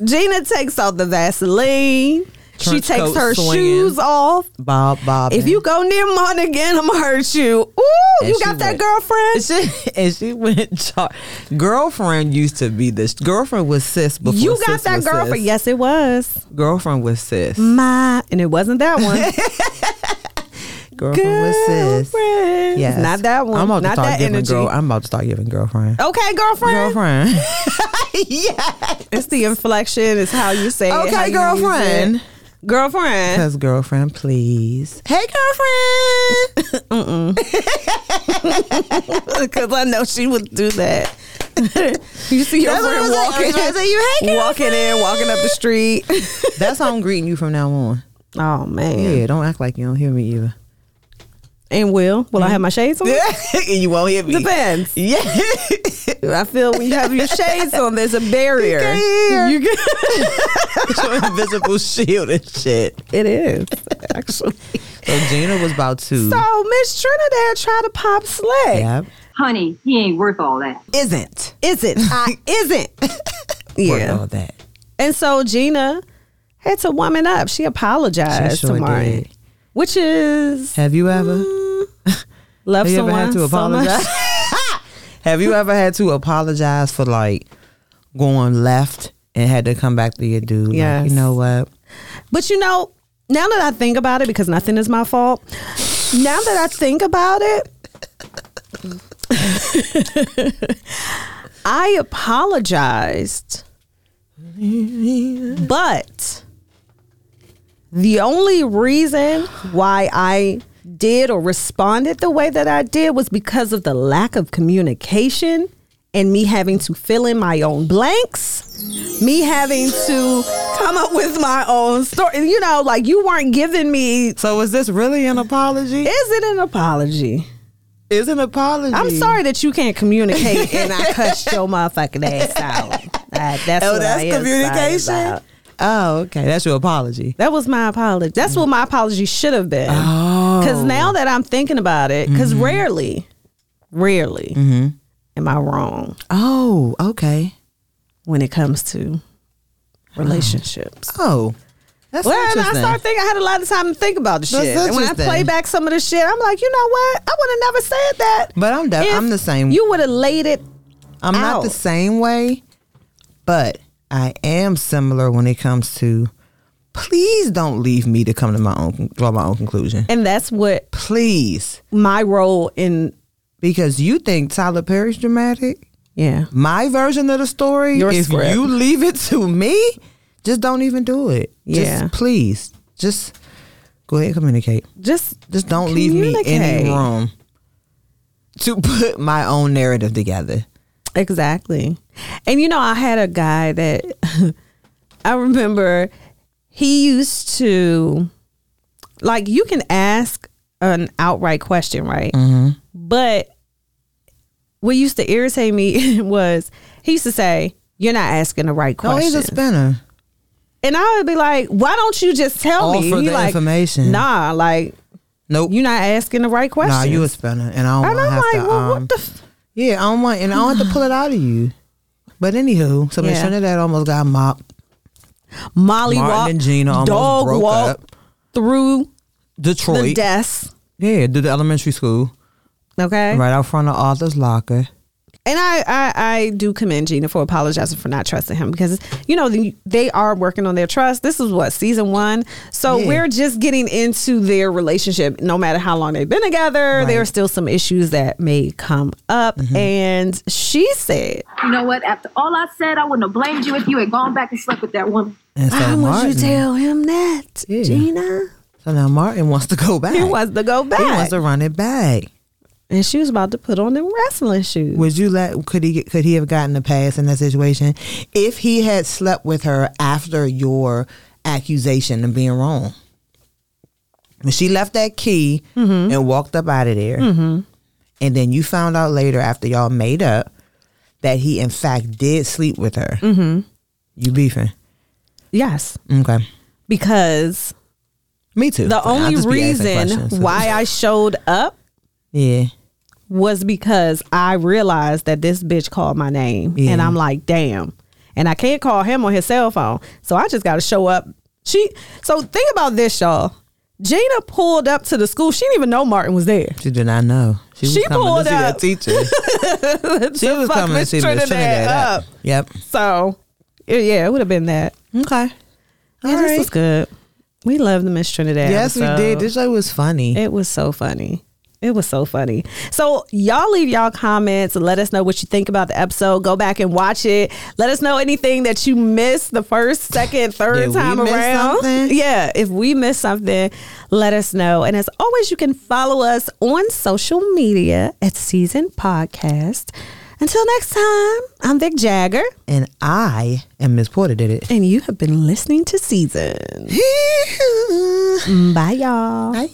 Speaker 1: Gina takes off the Vaseline. she
Speaker 2: Trench
Speaker 1: takes
Speaker 2: coat
Speaker 1: her
Speaker 2: swinging.
Speaker 1: shoes off.
Speaker 2: Bob, Bob.
Speaker 1: If you go near Martin again, I'm gonna hurt you. Ooh,
Speaker 2: And
Speaker 1: you
Speaker 2: she
Speaker 1: got that
Speaker 2: went-
Speaker 1: girlfriend?
Speaker 2: She, and she went. Char- girlfriend used to be this. Girlfriend was sis before.
Speaker 1: You got
Speaker 2: sis
Speaker 1: that
Speaker 2: was
Speaker 1: girlfriend?
Speaker 2: sis.
Speaker 1: Yes, Mm, it was.
Speaker 2: Girlfriend was sis.
Speaker 1: My and it wasn't that one.
Speaker 2: Girlfriend was sis.
Speaker 1: Girlfriend.
Speaker 2: Yes.
Speaker 1: Not that one.
Speaker 2: I'm about
Speaker 1: Not
Speaker 2: to start
Speaker 1: that
Speaker 2: giving
Speaker 1: energy.
Speaker 2: girl. I'm about to start giving girlfriend.
Speaker 1: okay, girlfriend.
Speaker 2: Girlfriend.
Speaker 1: It's the inflection. It's how you say it. how
Speaker 2: okay,
Speaker 1: you use it.
Speaker 2: girlfriend.
Speaker 1: Girlfriend.
Speaker 2: Because girlfriend, please. Hey, girlfriend.
Speaker 1: Because I know she would do that. you see your
Speaker 2: That's what I
Speaker 1: friend
Speaker 2: was like. I
Speaker 1: walking,
Speaker 2: was trying to say, you hate
Speaker 1: walking in, walking up the street.
Speaker 2: That's how I'm greeting you from now on.
Speaker 1: oh man.
Speaker 2: Yeah, don't act like you don't hear me either.
Speaker 1: And will will
Speaker 2: Mm-hmm.
Speaker 1: I have my shades on?
Speaker 2: you won't hear me.
Speaker 1: Depends.
Speaker 2: Yeah.
Speaker 1: I feel when you have your shades on, there's a barrier.
Speaker 2: can't
Speaker 1: You can-
Speaker 2: Your invisible shield and shit.
Speaker 1: it is actually.
Speaker 2: So Gina was about to.
Speaker 1: So Miss Trinidad tried to pop slick.
Speaker 2: Yep.
Speaker 6: Honey, he ain't worth all that.
Speaker 2: Isn't.
Speaker 1: Is it? I isn't.
Speaker 2: Yeah.
Speaker 1: yeah.
Speaker 2: All that.
Speaker 1: And so Gina had to woman up. She apologized
Speaker 2: She sure
Speaker 1: to Martin,
Speaker 2: did.
Speaker 1: which is
Speaker 2: Have you ever?
Speaker 1: love
Speaker 2: Have you ever
Speaker 1: someone
Speaker 2: had to
Speaker 1: so much.
Speaker 2: apologize? Have you ever had to apologize for like going left and had to come back to your dude? Yeah.
Speaker 1: Yes.
Speaker 2: you know what?
Speaker 1: But you know, now that I think about it, because nothing is my fault. Now that I think about it, I apologized. But the only reason why I did or responded the way that I did was because of the lack of communication and me having to fill in my own blanks me having to come up with my own story. You know, like you weren't giving me.
Speaker 2: So is this really an apology?
Speaker 1: Is it an apology?
Speaker 2: Is an apology. Mm.
Speaker 1: I'm sorry that you can't communicate and I cussed your motherfucking ass out. That- that's
Speaker 2: oh,
Speaker 1: what I
Speaker 2: that's
Speaker 1: am sorry
Speaker 2: communication.
Speaker 1: about.
Speaker 2: Oh, okay. That's your apology.
Speaker 1: That was my apology. That's what my apology should have been.
Speaker 2: Oh, Mm-hmm.
Speaker 1: Because now that I'm thinking about it, because rarely, rarely am I wrong
Speaker 2: oh, okay.
Speaker 1: when it comes to relationships.
Speaker 2: Oh, that's
Speaker 1: Well, and I
Speaker 2: interesting.
Speaker 1: start thinking I had a lot of time to think about the
Speaker 2: That's
Speaker 1: shit. And when I
Speaker 2: interesting.
Speaker 1: play back some of the shit, I'm like, you know what? I would have never said that.
Speaker 2: but I'm de-
Speaker 1: If
Speaker 2: I'm the same.
Speaker 1: You would have laid it.
Speaker 2: I'm not the
Speaker 1: out.
Speaker 2: same way, but I am similar when it comes to. Please don't leave me to come to my own draw my own conclusion.
Speaker 1: And that's what
Speaker 2: Please,
Speaker 1: my role in
Speaker 2: because you think Tyler Perry's dramatic.
Speaker 1: yeah.
Speaker 2: my version of the story.
Speaker 1: Your
Speaker 2: if
Speaker 1: script.
Speaker 2: you leave it to me, just don't even do it.
Speaker 1: Yeah.
Speaker 2: Just please. Just go ahead and communicate.
Speaker 1: Just
Speaker 2: Just don't leave me
Speaker 1: Communicate.
Speaker 2: any room to put my own narrative together.
Speaker 1: Exactly. And you know, I had a guy that I remember he used to like you can ask an outright question, right?
Speaker 2: Mm-hmm.
Speaker 1: But what used to irritate me was he used to say, "You're not asking the right
Speaker 2: No, he's
Speaker 1: question,"
Speaker 2: a spinner.
Speaker 1: and I would be like, "Why don't you just tell me?"
Speaker 2: Offer
Speaker 1: He
Speaker 2: the
Speaker 1: like,
Speaker 2: information.
Speaker 1: Nah, like
Speaker 2: Nope.
Speaker 1: you're not asking the right question.
Speaker 2: nah, you a spinner. And I don't
Speaker 1: and
Speaker 2: want to
Speaker 1: I'm
Speaker 2: have
Speaker 1: like,
Speaker 2: to.
Speaker 1: well,
Speaker 2: um,
Speaker 1: what the? F-?
Speaker 2: yeah, I don't want, and I don't have to pull it out of you. But anywho, so
Speaker 1: Yeah.
Speaker 2: yeah. Trinidad almost got mopped.
Speaker 1: Molly
Speaker 2: Martin
Speaker 1: walked,
Speaker 2: and Gina almost
Speaker 1: dog
Speaker 2: broke
Speaker 1: walked
Speaker 2: up.
Speaker 1: through the
Speaker 2: Detroit.
Speaker 1: desk.
Speaker 2: yeah, through the elementary school.
Speaker 1: Okay.
Speaker 2: Right out front of Arthur's locker.
Speaker 1: And I, I, I do commend Gina for apologizing for not trusting him because, you know, the, they are working on their trust. This is what, season one? So
Speaker 2: Yeah.
Speaker 1: we're just getting into their relationship. No matter how long they've been together, there are
Speaker 2: Right. Mm-hmm.
Speaker 1: still some issues that may come up. And she said,
Speaker 8: You know what? After all I said, I wouldn't have blamed you if you had gone back and slept with that woman.
Speaker 2: And so
Speaker 1: Why
Speaker 2: Martin,
Speaker 1: would you tell him that,
Speaker 2: Yeah.
Speaker 1: Gina?
Speaker 2: So now Martin wants to go back.
Speaker 1: He wants to go back.
Speaker 2: He wants to run it back.
Speaker 1: and she was about to put on the wrestling shoes.
Speaker 2: Would you let? Could he? Could he have gotten a pass in that situation if he had slept with her after your accusation of being wrong? When she left that key
Speaker 1: Mm-hmm.
Speaker 2: and walked up out of there, and then you found out later after y'all made up that he in fact did sleep with her. Mm-hmm. You beefing?
Speaker 1: yes.
Speaker 2: Okay.
Speaker 1: Because
Speaker 2: Me too.
Speaker 1: the
Speaker 2: I'll
Speaker 1: only
Speaker 2: just be asking questions.
Speaker 1: reason why I showed up
Speaker 2: yeah.
Speaker 1: was because I realized that this bitch called my name.
Speaker 2: Yeah.
Speaker 1: And I'm like, damn. And I can't call him on his cell phone. So I just got to show up. She, so think about this, y'all. Gina pulled up to the school. She didn't even know Martin was there.
Speaker 2: She did not know. She was
Speaker 1: She
Speaker 2: coming
Speaker 1: pulled
Speaker 2: to
Speaker 1: up.
Speaker 2: see that teacher. she was
Speaker 1: fuck
Speaker 2: coming to
Speaker 1: Miss
Speaker 2: see Miss
Speaker 1: Trinidad
Speaker 2: Trinidad
Speaker 1: up.
Speaker 2: up. Yep.
Speaker 1: So it- yeah, it would have been that.
Speaker 2: Okay.
Speaker 1: Yeah, this was good. We love the Miss Trinidad.
Speaker 2: Yes, we
Speaker 1: episode.
Speaker 2: did. This show was funny.
Speaker 1: It was so funny. It was so funny. So y'all leave y'all comments. Let us know what you think about the episode. Go back and watch it. Let us know anything that you missed the first, second, third
Speaker 2: Did we
Speaker 1: time
Speaker 2: miss
Speaker 1: around.
Speaker 2: something?
Speaker 1: Yeah, if we missed something, let us know. And as always, you can follow us on social media at Season Podcast. Until next time, I'm Vic Jagger,
Speaker 2: and I and Miss Porter did it.
Speaker 1: and you have been listening to Season. Bye, y'all.
Speaker 2: Bye.